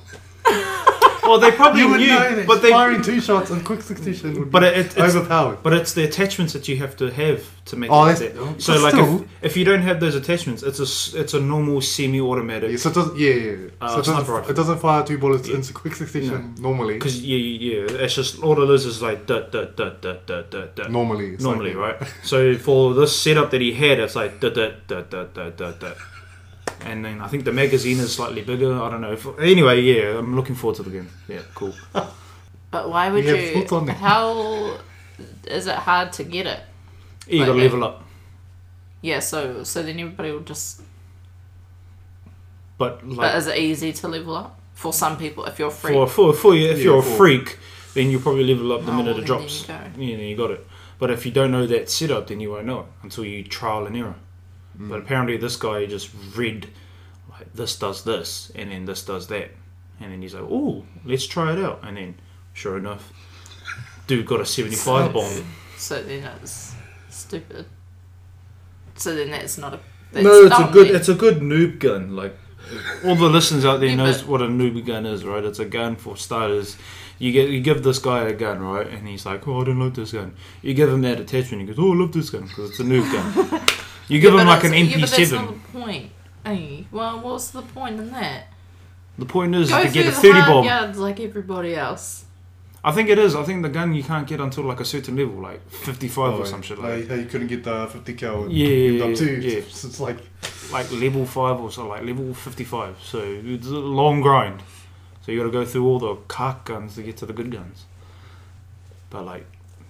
S3: Well, they probably
S1: You would
S3: knew,
S1: know that
S3: but they
S1: firing two shots in quick succession would
S3: But
S1: be
S3: it, it, it's
S1: overpowered.
S3: but it's the attachments that you have to have to make
S1: Oh,
S3: it
S1: that's,
S3: that. So
S1: so
S3: like
S1: still,
S3: if, if you don't have those attachments, it's a s- it's a normal
S1: yeah,
S3: semi-automatic.
S1: so it doesn't, yeah, yeah, yeah.
S3: Uh,
S1: so it
S3: sniper
S1: doesn't,
S3: rifle.
S1: it doesn't fire two bullets
S3: Yeah.
S1: in quick succession normally.
S3: Because yeah, yeah, yeah, it's just all it is is like da da da da da da da.
S1: Normally, it's
S3: Normally,
S1: like,
S3: right? So for this setup that he had, it's like da da da da da da da. And then I think the magazine is slightly bigger. I don't know. If, anyway, yeah, I'm looking forward to the game. Yeah, cool.
S2: But why would
S1: Yeah,
S2: you?
S1: put on it.
S2: How is it hard to get it?
S3: You gotta
S2: Okay.
S3: level up.
S2: Yeah, so so then everybody will just.
S3: But
S2: but
S3: like
S2: is it easy to level up for some people if you're free?
S3: for for for you, if
S1: Yeah,
S3: you're a
S1: for-
S3: freak, then you'll probably level up the
S2: Oh,
S3: minute
S2: then
S3: it drops.
S2: there you
S3: Yeah, then you got it. But if you don't know that setup, then you won't know it until you trial and error. But apparently, this guy just read like this does this, and then this does that, and then he's like, "Oh, let's try it out." And then, sure enough, dude got a seventy-five bomb.
S2: So then it's stupid. So then that's not a. That's
S4: No, it's a
S2: dumb
S4: good.
S2: then.
S4: It's a good noob gun. Like
S3: All the listeners out there
S2: Yeah,
S3: knows
S2: but-
S3: what a noob gun is, right? It's a gun for starters. You get you give this guy a gun, right, and he's like, "Oh, I don't love this gun." You give him that attachment, he goes, "Oh, I love this gun because it's a noob gun." You give
S2: Yeah,
S3: him
S2: but
S3: like an
S2: it's- yeah, but
S3: MP7.
S2: that's not the point. Hey, well, what's the point in that?
S3: The point is
S2: Go
S3: to
S2: through
S3: get a
S2: the
S3: thirty
S2: hard
S3: bomb.
S2: yards like everybody else.
S3: I think it is. I think the gun you can't get until like a certain level, like fifty-five or some shit like
S1: Oh, Like, how you couldn't get the 50 cal and
S3: Yeah,
S1: end
S3: yeah,
S1: up two.
S3: yeah.
S1: It's like
S3: that. like level five or so, like level fifty-five. So it's a long grind. So you got to go through all the cark guns to get to the good guns. But like,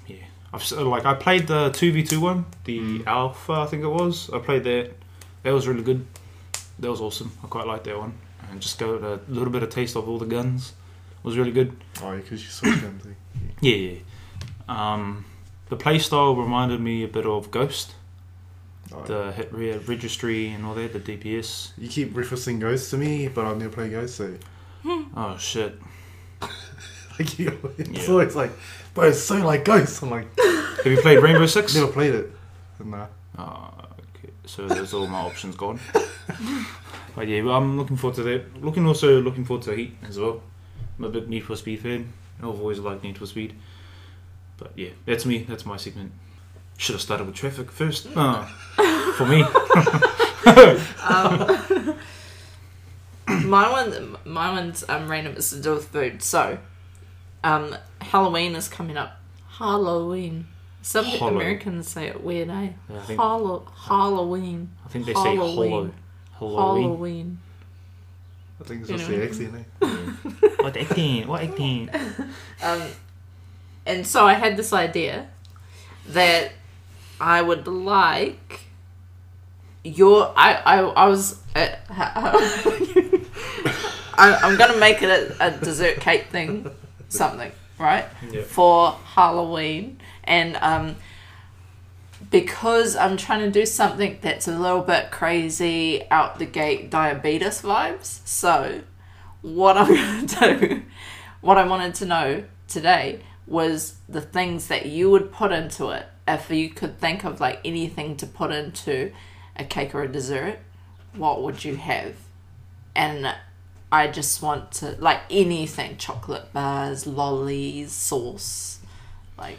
S3: yeah, I've s- like I played the two v two one, the
S1: Mm.
S3: Alpha, I think it was. I played that. That was really good. That was awesome. I quite liked that one. And just got a little bit of taste of all the guns. It was really good.
S1: oh, because you switch them. see.
S3: Yeah, yeah. Um, the playstyle reminded me a bit of Ghost,
S1: Alright.
S3: the hit re- registry and all that, the DPS.
S1: You keep referencing Ghost to me, but I've never played Ghost, so
S3: Oh shit!
S1: like you, it's
S3: Yeah.
S1: always like, bro, it's so like Ghost. I'm like,
S3: Have you played Rainbow Six?
S1: never played it. uh, Nah.
S3: Oh, okay. So there's all my options gone. but yeah, well, I'm looking forward to that. Looking also looking forward to Heat as well. I'm a big Need for Speed fan. I've always liked Need for Speed. But yeah, that's me. That's my segment. Should have started with traffic first. No, for me.
S2: Um, my one, my one's um, random. It's to do with food. So, um, Halloween is coming up. Halloween. Some
S3: Hollow.
S2: Americans say it weird, eh?
S3: Yeah, I think
S2: Hollow, Halloween.
S3: I think they say hollow.
S2: Halloween.
S3: Halloween.
S2: Halloween.
S1: I think it's
S2: You
S1: just
S2: know.
S1: the accent. eh?
S3: What acting? What acting?
S2: Um, and so I had this idea that I would like your. I I, I was. Uh, I, I'm gonna make it a, a dessert cake thing, something right
S4: Yeah.
S2: for Halloween, and um, because I'm trying to do something that's a little bit crazy, out the gate diabetes vibes. So, what I'm gonna do, what I wanted to know today was the things that you would put into it. If you could think of like anything to put into a cake or a dessert, what would you have? And I just want to like anything chocolate bars, lollies, sauce, like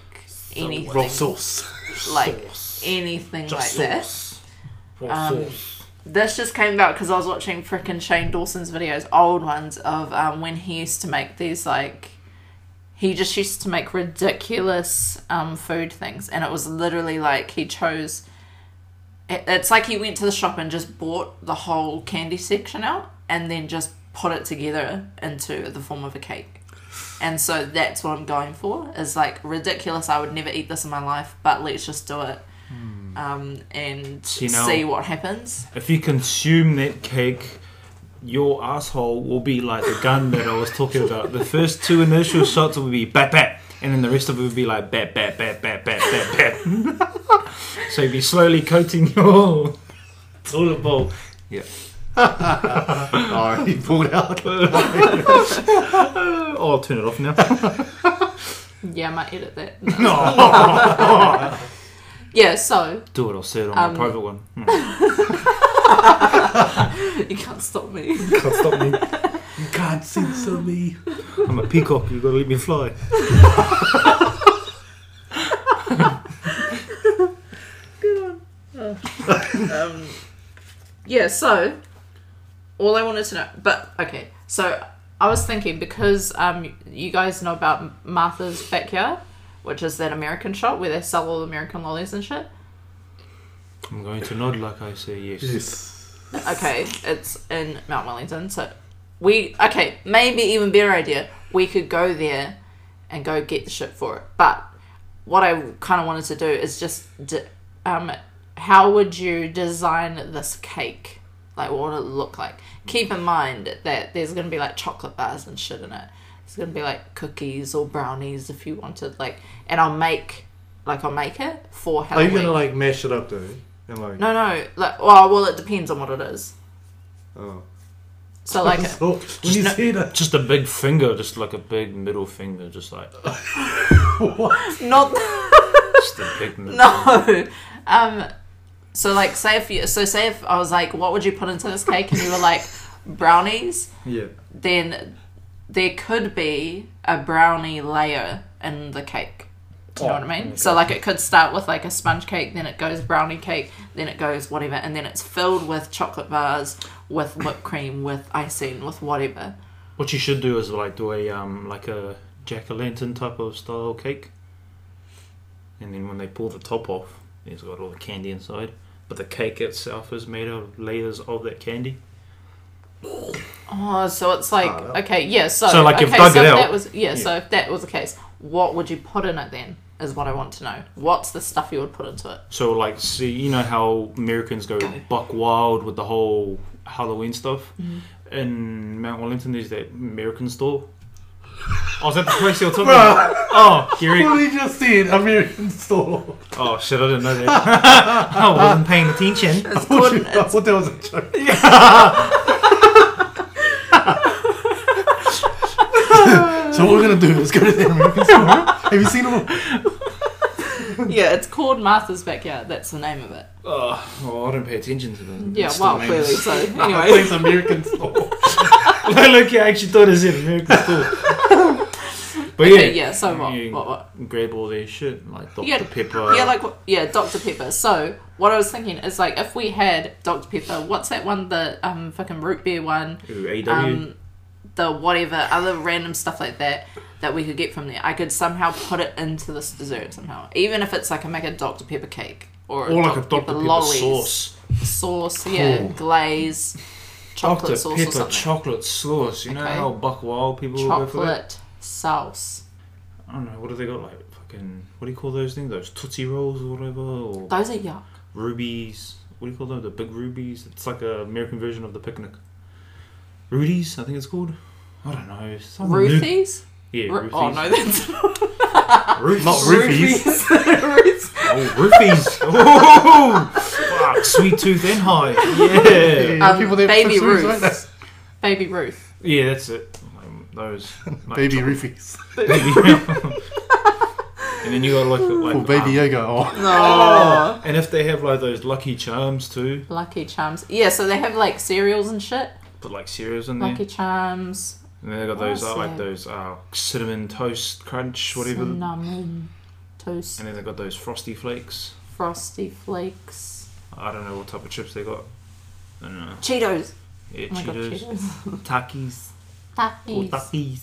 S2: anything
S1: Rock sauce.
S2: like anything
S4: Just
S2: like that.
S4: sauce. What
S2: Um,
S4: sauce?
S2: This just came about because I was watching frickin' Shane Dawson's videos, old ones of um, when he used to make these like. He just used to make ridiculous um, food things, and it was literally like he chose. it- It's like he went to the shop and just bought the whole candy section out and then just put it together into the form of a cake. And so that's what I'm going for. Is like ridiculous. I would never eat this in my life, but let's just do it um, and
S3: Hmm. You know-
S2: see what happens.
S3: If you consume that cake, your asshole will be like the gun that I was talking about. The first two initial shots will be bat bat, and then the rest of it will be like bat bat bat bat bat bat bat. so you'll be slowly coating your toilet bowl.
S1: oh, he pulled out.
S3: Oh, I'll turn it off now.
S2: Yeah, I might edit that.
S3: no,
S2: Yeah, so
S3: do it. I'll say it on
S2: Um,
S3: my private one. Hmm.
S2: you can't stop me.
S3: Can't stop me.
S1: You can't censor me.
S3: I'm a peacock. You gotta let me fly.
S2: um, yeah, so all I wanted to know, but okay, so I was thinking because um, you guys know about Martha's Backyard, which is that American shop where they sell all the American lollies and shit.
S3: I'm going to nod like I say yes.
S1: Yes.
S2: Okay, it's in Mount Wellington, so we okay, maybe even better idea. We could go there and go get the shit for it. But what I kind of wanted to do is just d um, how would you design this cake? Like, what would it look like? Keep in mind that there's gonna be like chocolate bars and shit in it. It's gonna be like cookies or brownies if you wanted. Like, and I'll make like I'll make it for
S1: Are you
S2: Halloween.
S1: gonna like mash it up though? And like,
S2: no, no, like well, well, it depends on what it is.
S1: oh.
S2: So like.
S1: Oh, when you
S3: no-
S1: say that,
S3: Just a big finger, just like a big middle finger, just like
S2: Not
S3: just a big middle.
S2: no. Um, so like, say if you, so say if I was like, what would you put into this cake, and you were like brownies,
S1: yeah.
S2: then there could be a brownie layer in the cake. Do you know
S4: Oh,
S2: what I mean? So like, it could start with like a sponge cake, then it goes brownie cake, then it goes whatever, and then it's filled with chocolate bars, with whipped cream, with icing, with whatever.
S3: What you should do is like do a um like a jack o' lantern type of style cake, and then when they pull the top off, it's got all the candy inside. But the cake itself is made of layers of that candy.
S2: Oh, so it's like
S1: Oh, that-
S2: okay, yeah. So,
S3: So, like,
S2: okay,
S3: you've dug
S2: so
S3: it
S2: if
S3: out.
S2: That was yeah,
S3: Yeah.
S2: So if that was the case, what would you put in it then? Is what I want to know. What's the stuff you would put into it?
S3: So like, see, you know how Americans go buck wild with the whole Halloween stuff. In Mount Wellington, there's that American store. Oh, is that the place you're talking about? Oh, Gary.
S1: What did you just said? American store.
S3: Oh shit, I didn't know that. I wasn't paying attention.
S2: It's
S1: What
S2: called,
S1: you, I thought that was a joke. so what we're gonna do is go to the American store. Have you seen them?
S2: yeah, it's called Martha's Backyard. That's the name of it.
S3: Oh, well, I don't pay attention to them.
S2: Yeah,
S3: Store
S2: well,
S3: names.
S2: clearly. So
S3: Oh,
S2: anyway,
S1: Place American store.
S3: Look, I actually thought it said American Store. but yeah,
S2: okay, yeah. So what?
S3: You
S2: What? What?
S3: grab all their shit, like Dr.
S2: Yeah,
S3: Pepper.
S2: yeah, like what- yeah, Dr Pepper. So what I was thinking is like if we had Dr Pepper, what's that one? The um fucking root beer one.
S3: Ooh, AW.
S2: um, the whatever other random stuff like that that we could get from there. I could somehow put it into this dessert somehow, even if it's like I make a Dr Pepper cake or,
S3: or like a Dr. Pepper,
S2: lollies.
S3: sauce.
S2: sauce, yeah,
S3: Cool.
S2: glaze, chocolate
S3: Dr.
S2: sauce or
S3: Pepper
S2: something,
S3: chocolate sauce. You know
S2: Okay.
S3: how buck wild people will go for that?
S2: chocolate sauce.
S3: I don't know, what do they got? Like fucking, what do you call those things? Those Tootsie Rolls or whatever? Or
S2: Those are yuck.
S3: rubies. What do you call them? The big rubies. It's like a American version of the picnic. Rudies, I think it's called. I don't know. some new-
S2: Ruthies?
S3: Yeah,
S2: Ru-
S3: Ruthies.
S2: oh no, that's
S3: Ruth-
S1: Not Roofies.
S2: Ruthies.
S3: Oh, roofies. oh, fuck. Sweet tooth and high. Yeah.
S2: Um,
S1: that
S2: baby
S1: push rooms,
S2: Ruth.
S1: That's
S2: Baby Ruth.
S3: Yeah, that's it. Um, those. like,
S1: baby
S3: chocolate-
S1: roofies.
S3: Baby. and then you gotta look at like.
S1: Or baby
S3: um,
S1: yoga. Oh,
S2: No.
S3: and if they have like those Lucky Charms too,
S2: Lucky Charms. Yeah, so they have like cereals and shit.
S3: put like cereals in there.
S2: Lucky Charms.
S3: and then they got those uh, like
S2: Awesome.
S3: those uh, cinnamon toast crunch, whatever.
S2: Cinnamon toast,
S3: And then they got those frosty flakes.
S2: frosty flakes,
S3: I don't know what type of chips they got. I don't know.
S2: Cheetos.
S3: Yeah,
S2: Oh my god,
S3: Cheetos,
S2: Cheetos.
S3: Takis. Or
S2: Takis.
S3: Takis.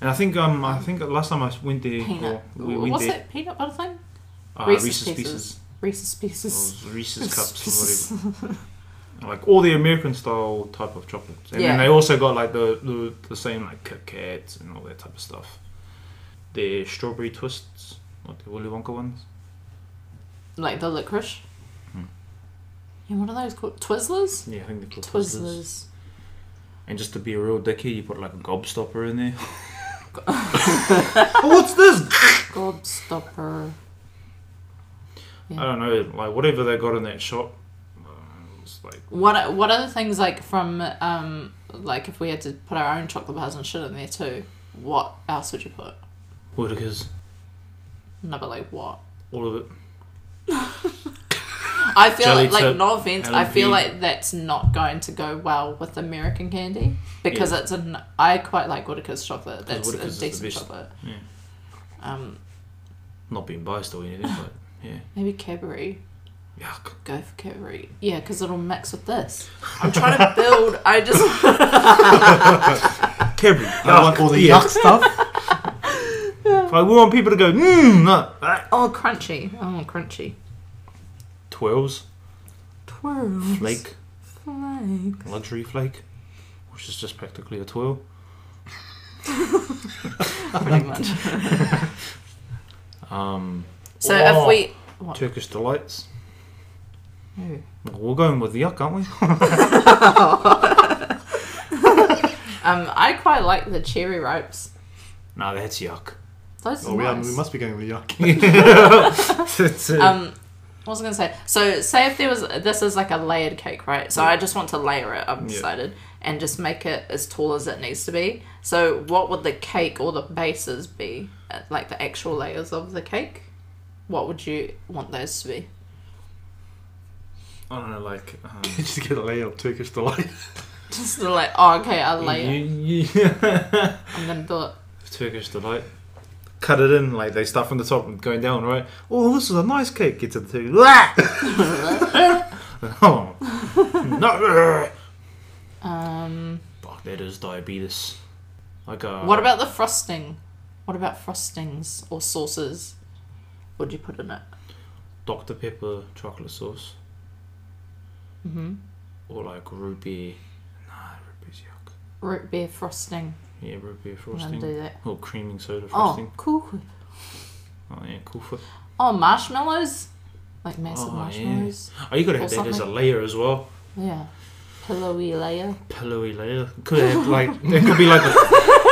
S3: And I think um I think last time I went there,
S2: Peanut.
S3: or we went
S2: What's
S3: there,
S2: that peanut butter thing?
S3: Uh,
S2: Reese's
S3: Reese's
S2: Pieces. Reese's
S3: Pieces,
S2: Pieces.
S3: or Reese's Cups, or whatever. like all the American style type of chocolates, and
S2: Yeah.
S3: then they also got like the, the the same like Kit Kats and all that type of stuff. Their strawberry twists, like the Willy Wonka ones.
S2: Like the licorice.
S3: Oh. Hmm.
S2: Yeah, what are those called? Twizzlers?
S3: Yeah, I think they're called Twizzlers.
S2: Twizzlers.
S3: And just to be a real dickhead, you put like a gobstopper in there.
S4: oh, what's this?
S2: Gobstopper. Yeah.
S3: I don't know, like whatever they got in that shop. uh, it was like
S2: What are, what are the things like from um like if we had to put our own chocolate bars and shit in there too? What else would you put?
S3: Whitaker's,
S2: No, but like what?
S3: all of it.
S2: I feel
S3: Jelly
S2: like, like
S3: tip,
S2: no offense, I feel
S3: LV.
S2: like that's not going to go well with American candy because it's an I quite like Whitaker's chocolate. That's a
S3: Whittaker's is the
S2: decent
S3: best.
S2: chocolate.
S3: Yeah.
S2: Um,
S3: Not being biased or anything, but yeah.
S2: maybe Cadbury.
S3: Yuck.
S2: Go for Cadbury. Yeah, because it'll mix with this. I'm trying to build. I just
S3: Cadbury.
S1: I like all the
S3: yeah.
S1: yuck stuff.
S3: Like we want people to go, mmm, not that.
S2: oh crunchy. Oh crunchy.
S3: Twirls,
S2: Twirls.
S3: flake,
S2: Flake.
S3: luxury flake, which is just practically a twirl.
S2: Pretty much.
S3: Um,
S2: So if
S3: Oh.
S2: we. What?
S3: Turkish delights.
S2: Oh.
S3: We're going with yuck, aren't we?
S2: Um, I quite like the cherry ropes.
S3: nah, that's yuck.
S2: Those are
S1: Oh, we, are,
S2: nice.
S1: we must be going with yuck.
S3: That's it.
S2: um what was I gonna say? So say if there was this is like a layered cake, right? So I just want to layer it, I'm
S3: Yeah.
S2: decided, and just make it as tall as it needs to be. So what would the cake or the bases be? Uh, Like the actual layers of the cake? What would you want those to be?
S3: I don't know, like. Um,
S1: Just get a layer of Turkish delight.
S2: Just like oh okay, I'll layer
S3: you- you-
S2: I'm gonna do it.
S3: Turkish delight. Cut it in, like they start from the top and going down, right? Oh, this is a nice cake. Get to the Turkish. oh, no.
S2: Um
S3: Fuck, that is diabetes. Like a.
S2: what about the frosting? What about frostings or sauces? Would you put in it?
S3: Dr. Pepper chocolate sauce?
S2: Mm-hmm.
S3: Or like root beer. Nah, root beer's yuck.
S2: Root beer frosting.
S3: Yeah, root beer
S2: I'm gonna do
S3: frosting.
S2: that.
S3: Or creaming soda
S2: Oh,
S3: frosting.
S2: cool.
S3: Oh, yeah, cool. For...
S2: Oh, marshmallows? Like massive
S3: Oh, yeah.
S2: marshmallows?
S3: Oh, you gotta
S2: Or
S3: have that as a
S2: something.
S3: layer as well.
S2: Yeah. Pillowy layer.
S3: Pillowy layer. Could have, like, it could be like a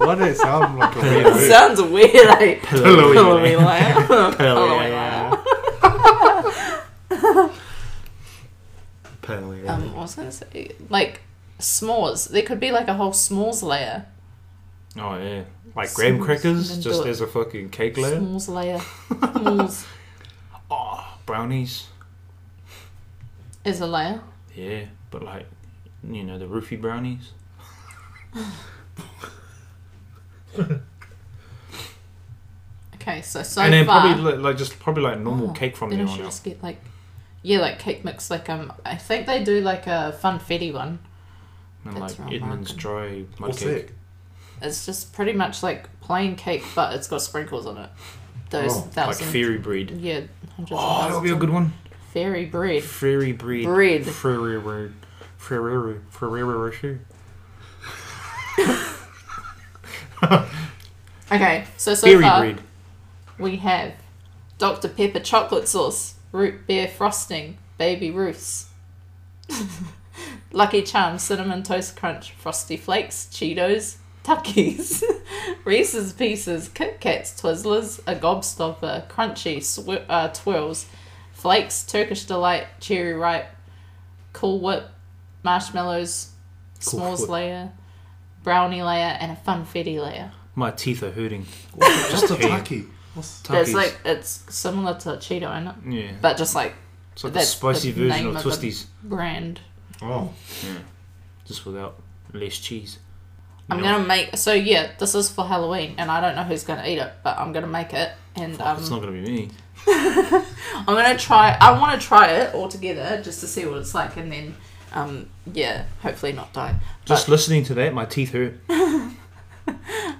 S1: Why does it sound like a weird
S2: It
S1: word?
S2: sounds weird, like
S3: pillowy,
S2: pillowy
S3: layer.
S2: layer.
S3: Pillowy
S2: Pillowy
S3: layer.
S2: Oh,
S3: Pillowy layer.
S2: um, what was I going to say? Like s'mores. There could be like a whole s'mores layer.
S3: Oh, yeah. Like
S2: S'mores,
S3: graham
S2: and
S3: crackers,
S2: then
S3: just
S2: do it.
S3: as a fucking cake layer.
S2: S'mores layer. S'mores
S3: Oh, brownies.
S2: is a layer.
S3: Yeah, but like, you know, the roofie brownies.
S2: Okay, so so
S3: and then
S2: far.
S3: probably like, like just probably like normal
S2: Oh,
S3: cake from
S2: then
S3: there
S2: I
S3: on
S2: should
S3: out.
S2: just get like, yeah, like cake mix. Like um, I think they do like a funfetti one.
S3: And
S2: That's
S3: like
S2: wrong,
S3: Edmund's
S2: Martin.
S3: dry mud
S1: What's
S3: cake.
S1: that?
S2: It's just pretty much like plain cake, but it's got sprinkles on it. Those
S1: Oh, like
S3: Like
S2: thousands.
S3: fairy breed.
S2: Yeah, hundreds of
S3: Oh, that'll be a
S2: thousands.
S3: good one.
S2: Fairy bread.
S3: Fairy breed.
S2: Breed.
S3: Fairy breed. Fairy breed. Fairy breed.
S2: Okay, so so
S3: Fairy
S2: far
S3: breed.
S2: we have Dr Pepper chocolate sauce, root beer frosting, baby Ruth's, Lucky Charms cinnamon toast crunch, frosty flakes, Cheetos, Tuckies, Reese's Pieces, Kit Kats, Twizzlers, a gobstopper, crunchy sw- uh, twirls, flakes, Turkish delight, cherry ripe, Cool Whip, marshmallows,
S3: Cool
S2: s'mores
S3: Whip.
S2: layer, brownie layer, and a funfetti layer.
S3: My teeth are hurting.
S1: What's a
S3: Hey.
S1: taki? What's
S2: It's
S3: Tuckies.
S2: like it's similar to Cheeto, I know,
S3: yeah.
S2: but just like
S3: it's like a
S2: that's
S3: spicy
S2: the
S3: version
S2: name
S3: of
S2: of the-
S3: twisties,
S2: brand.
S1: oh
S3: just without less cheese.
S2: I'm
S3: Milk.
S2: gonna make so yeah. This is for Halloween, and I don't know who's gonna eat it, but I'm gonna make it, and
S3: Fuck,
S2: um,
S3: it's not gonna be me.
S2: I'm gonna try. I want to try it all together just to see what it's like, and then um, yeah, hopefully not die.
S3: Just listening to that, my teeth hurt.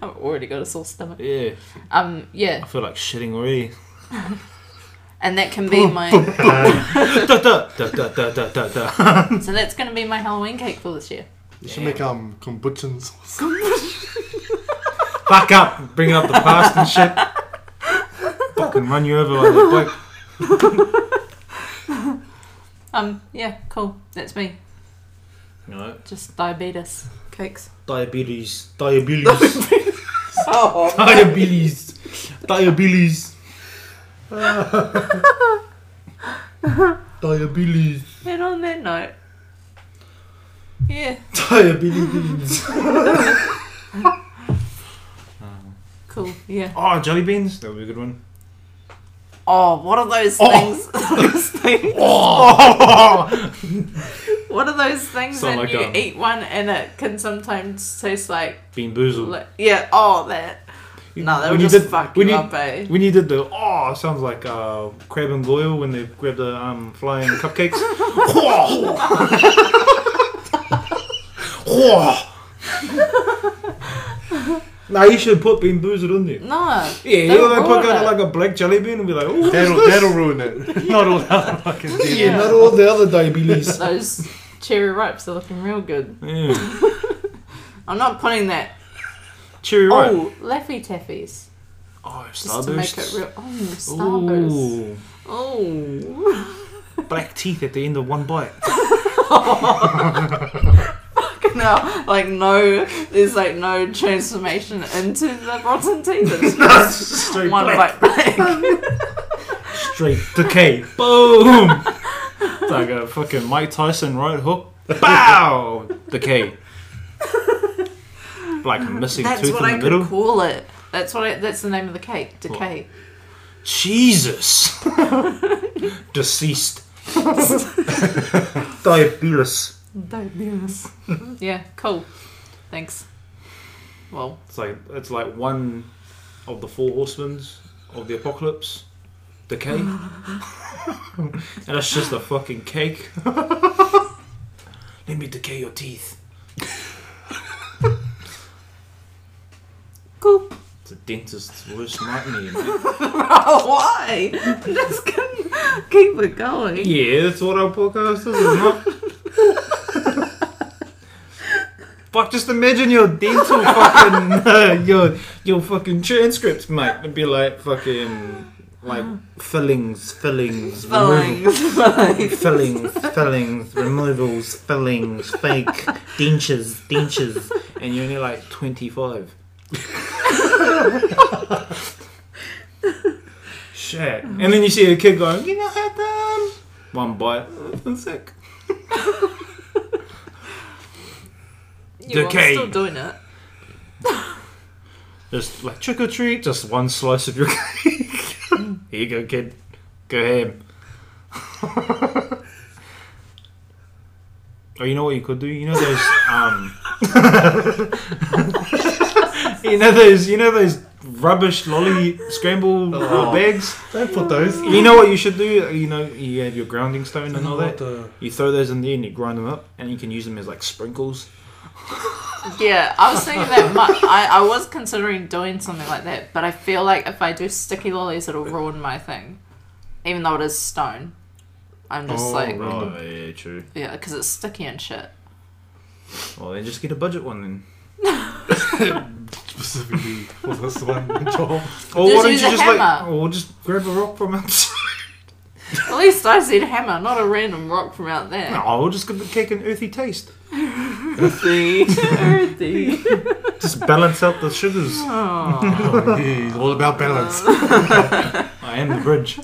S2: I've already got a sore stomach.
S3: Yeah,
S2: Um,
S3: I
S2: yeah,
S3: feel like shitting already.
S2: and that can be my.
S3: Da, da, da, da, da, da, da, da.
S2: so that's going to be my Halloween cake for this year.
S1: You should make um kombucha sauce.
S3: Back up, bringing up the past and shit. Fucking run you over on the bike.
S2: Um. Yeah. Cool. That's me.
S3: You know,
S2: Just diabetes cakes.
S3: diabetes, diabetes,
S2: Oh.
S3: diabetes, diabetes.
S4: Diabetes.
S2: And on that note. Yeah.
S4: Diabetes.
S2: Cool. Yeah.
S3: Oh, jelly beans. That would be a good one.
S2: Oh, what are those
S3: Oh.
S2: things? those things.
S3: Oh,
S2: What are those things
S3: Sound
S2: that
S3: like,
S2: you
S3: um,
S2: eat one and it can sometimes taste like,
S3: bean boozled.
S2: like yeah, oh that. No, they
S3: When
S2: would
S3: you
S2: just
S3: did-
S2: fuck
S3: when
S2: you
S3: you-
S2: up, eh?
S3: When you did the oh, it sounds like uh, crab and goyle when they grab the um, flying cupcakes. now you should put bean boozled on there.
S2: No.
S3: Yeah, you
S2: Don't
S3: know, they put
S2: ruin
S3: kind
S2: it.
S3: of like a black jelly bean and be like, oh,
S1: That'll, that'll ruin it. Not all the other fucking
S2: Yeah.
S1: yeah.
S4: Not all the other diabetes.
S2: Those cherry ripes are looking real good.
S3: yeah.
S2: I'm not putting that.
S3: cherry ripe.
S2: Oh, Laffy Taffies.
S3: Oh,
S2: Just to make it
S3: starburst.
S2: real. Oh, Starburst.
S3: Ooh,
S2: Oh.
S3: black teeth at the end of one bite.
S2: No, like no, there's like no transformation into the rotten teeth. It's just
S3: Straight
S2: one
S3: black.
S2: bite back.
S3: Straight decay. Boom. like a fucking Mike Tyson right hook. Bow. Decay. Like a missing
S2: That's
S3: tooth
S2: what
S3: in the
S2: I could
S3: middle.
S2: call it. That's what I, that's the name of the cake. Decay.
S3: Jesus. Deceased. Diabetes.
S2: Don't do this. yeah, cool. Thanks. Well,
S3: It's like it's like one of the four horsemen of the apocalypse. Decay. and that's just a fucking cake. Let me decay your teeth.
S2: cool.
S3: It's a dentist's worst nightmare. man.
S2: Oh, why? Just keep keep it going.
S3: yeah, that's what our podcast is, is not. Fuck, just imagine your dental fucking uh, your your fucking transcripts, mate. It'd be like fucking like fillings, fillings, removal.
S2: Fillings, fillings.
S3: fillings, fillings, removals, fillings, fake dentures, dentures, and you're only like 25. Shit. And then you see a kid going, you know, had them. One bite. I'm sick.
S2: You are
S3: Decay.
S2: still doing it.
S3: Just like trick or treat, just one slice of your cake. Here you go, kid. Go ham. oh, you know what you could do? You know those um You know those you know those rubbish lolly scramble
S1: Oh.
S3: uh, bags?
S1: Don't put those.
S3: You know what you should do? You know you have your grounding stone and all
S1: What
S3: that.
S1: the-
S3: You throw those in there and you grind them up and you can use them as like sprinkles.
S2: Yeah, I was thinking that my, I, I was considering doing something like that, but I feel like if I do sticky lollies, it'll ruin my thing. Even though it is stone. I'm just
S1: Oh,
S2: like,
S1: right.
S3: Oh yeah, true.
S2: yeah, because it's sticky and shit.
S3: Well then just get a budget one then.
S1: Specifically for this one job.
S3: Or
S2: Just
S3: why don't
S2: use
S3: you
S2: a
S3: just like,
S2: hammer.
S3: or just grab a rock from outside?
S2: At least I said hammer, not a random rock from out there.
S3: no, we'll just give the cake an earthy taste.
S2: Earthy. Earthy.
S3: Just balance out the sugars.
S2: Oh.
S1: Oh, yeah, it's all about balance.
S3: I am the bridge.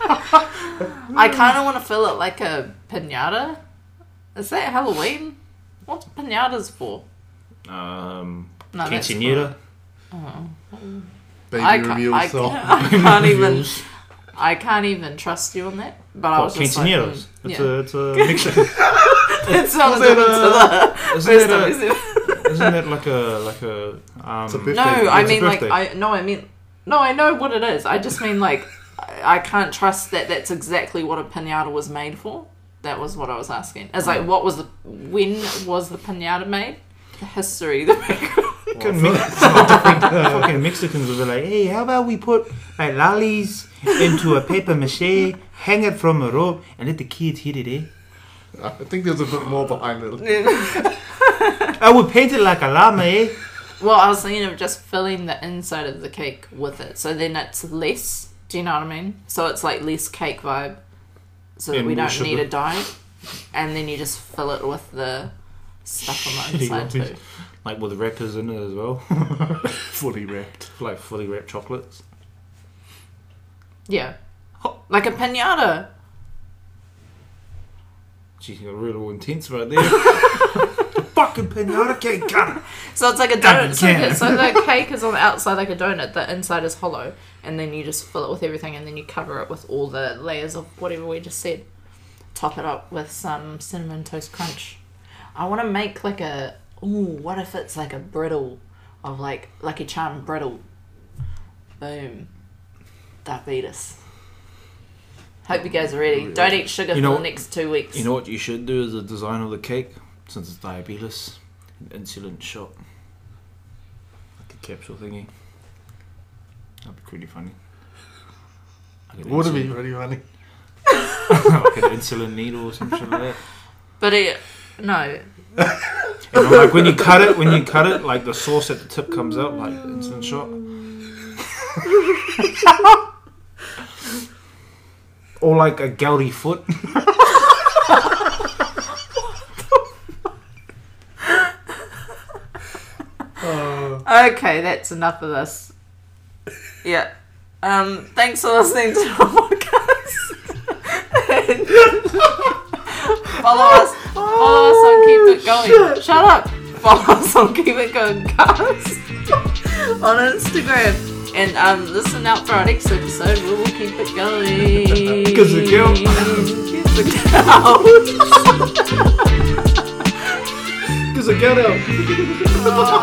S2: I kind of want to fill it like a pinata. Is that Halloween? What's pinatas for?
S3: Um,
S2: No, that's
S3: quinceanera.
S1: Baby
S2: I
S1: reveal
S2: can't, I,
S1: yourself.
S2: can't, I can't even.
S3: Reveals.
S2: I can't even trust you on that. But I
S3: Oh,
S2: was just like,
S3: quinceaneras.
S2: mm,
S3: It's
S2: yeah.
S3: a, it's a mixture.
S2: It's not
S3: was
S2: a
S3: it,
S2: difference
S3: uh,
S2: to
S3: Isn't
S2: the first
S3: it
S2: time.
S3: a,
S2: is it?
S3: isn't it like a like a? Um,
S1: It's a bit-
S2: No,
S1: It's
S2: I
S3: a
S2: mean like
S3: birthday.
S2: I no, I mean no, I know what it is. I just mean like I I can't trust that that's exactly what a pinata was made for. That was what I was asking. It's like what was the when was the pinata made? The history. The
S3: Fucking, Me- uh, fucking Mexicans would be like, hey, how about we put like lollies into a paper mache, hang it from a rope, and let the kids hit it, eh?
S1: I think there's a bit more behind it.
S3: I would paint it like a llama, eh?
S2: Well, I was thinking of just filling the inside of the cake with it, so then it's less. Do you know what I mean? So it's like less cake vibe, so that
S3: And
S2: we
S3: more
S2: don't need a
S3: sugar.
S2: dye, and then you just fill it with the stuff on the
S3: Shitty
S2: inside
S3: rubbish.
S2: too.
S3: Like with wrappers in it as well,
S1: Fully wrapped.
S3: like fully wrapped chocolates.
S2: Yeah, like a pinata.
S3: She got real intense right there. the fucking pinata cake, cunt.
S2: So it's like a
S3: Damn,
S2: donut. So,
S3: yeah.
S2: so the cake is on the outside like a donut. The inside is hollow, and then you just fill it with everything, and then you cover it with all the layers of whatever we just said. Top it up with some cinnamon toast crunch. I want to make like a. Ooh, what if it's like a brittle of like Lucky Charm brittle? Boom, diabetes. Hope you guys are ready. Don't eat sugar
S3: You know-
S2: for the next two weeks.
S3: You know what you should do is the design of the cake, since it's diabetes, an insulin shot, like a capsule thingy. That'd be pretty funny. Like an
S1: Would it be
S3: insulin-
S1: really funny?
S3: like an insulin needle or some shit like that.
S2: but it, no,
S3: And like when you cut it, when you cut it, like the sauce at the tip comes out, like the insulin shot. or like a gouty foot.
S2: Okay, that's enough of this. Yeah. Um, thanks for listening to our podcast. And follow us. Follow us on
S3: Oh,
S2: Keep It Going. Shut up. Follow us on Keep It Going Cast on Instagram. And um, listen out for our next episode. We will keep it going.
S3: Kiss the girl.
S2: Kiss the girl.
S4: Because I get out.
S2: Oh.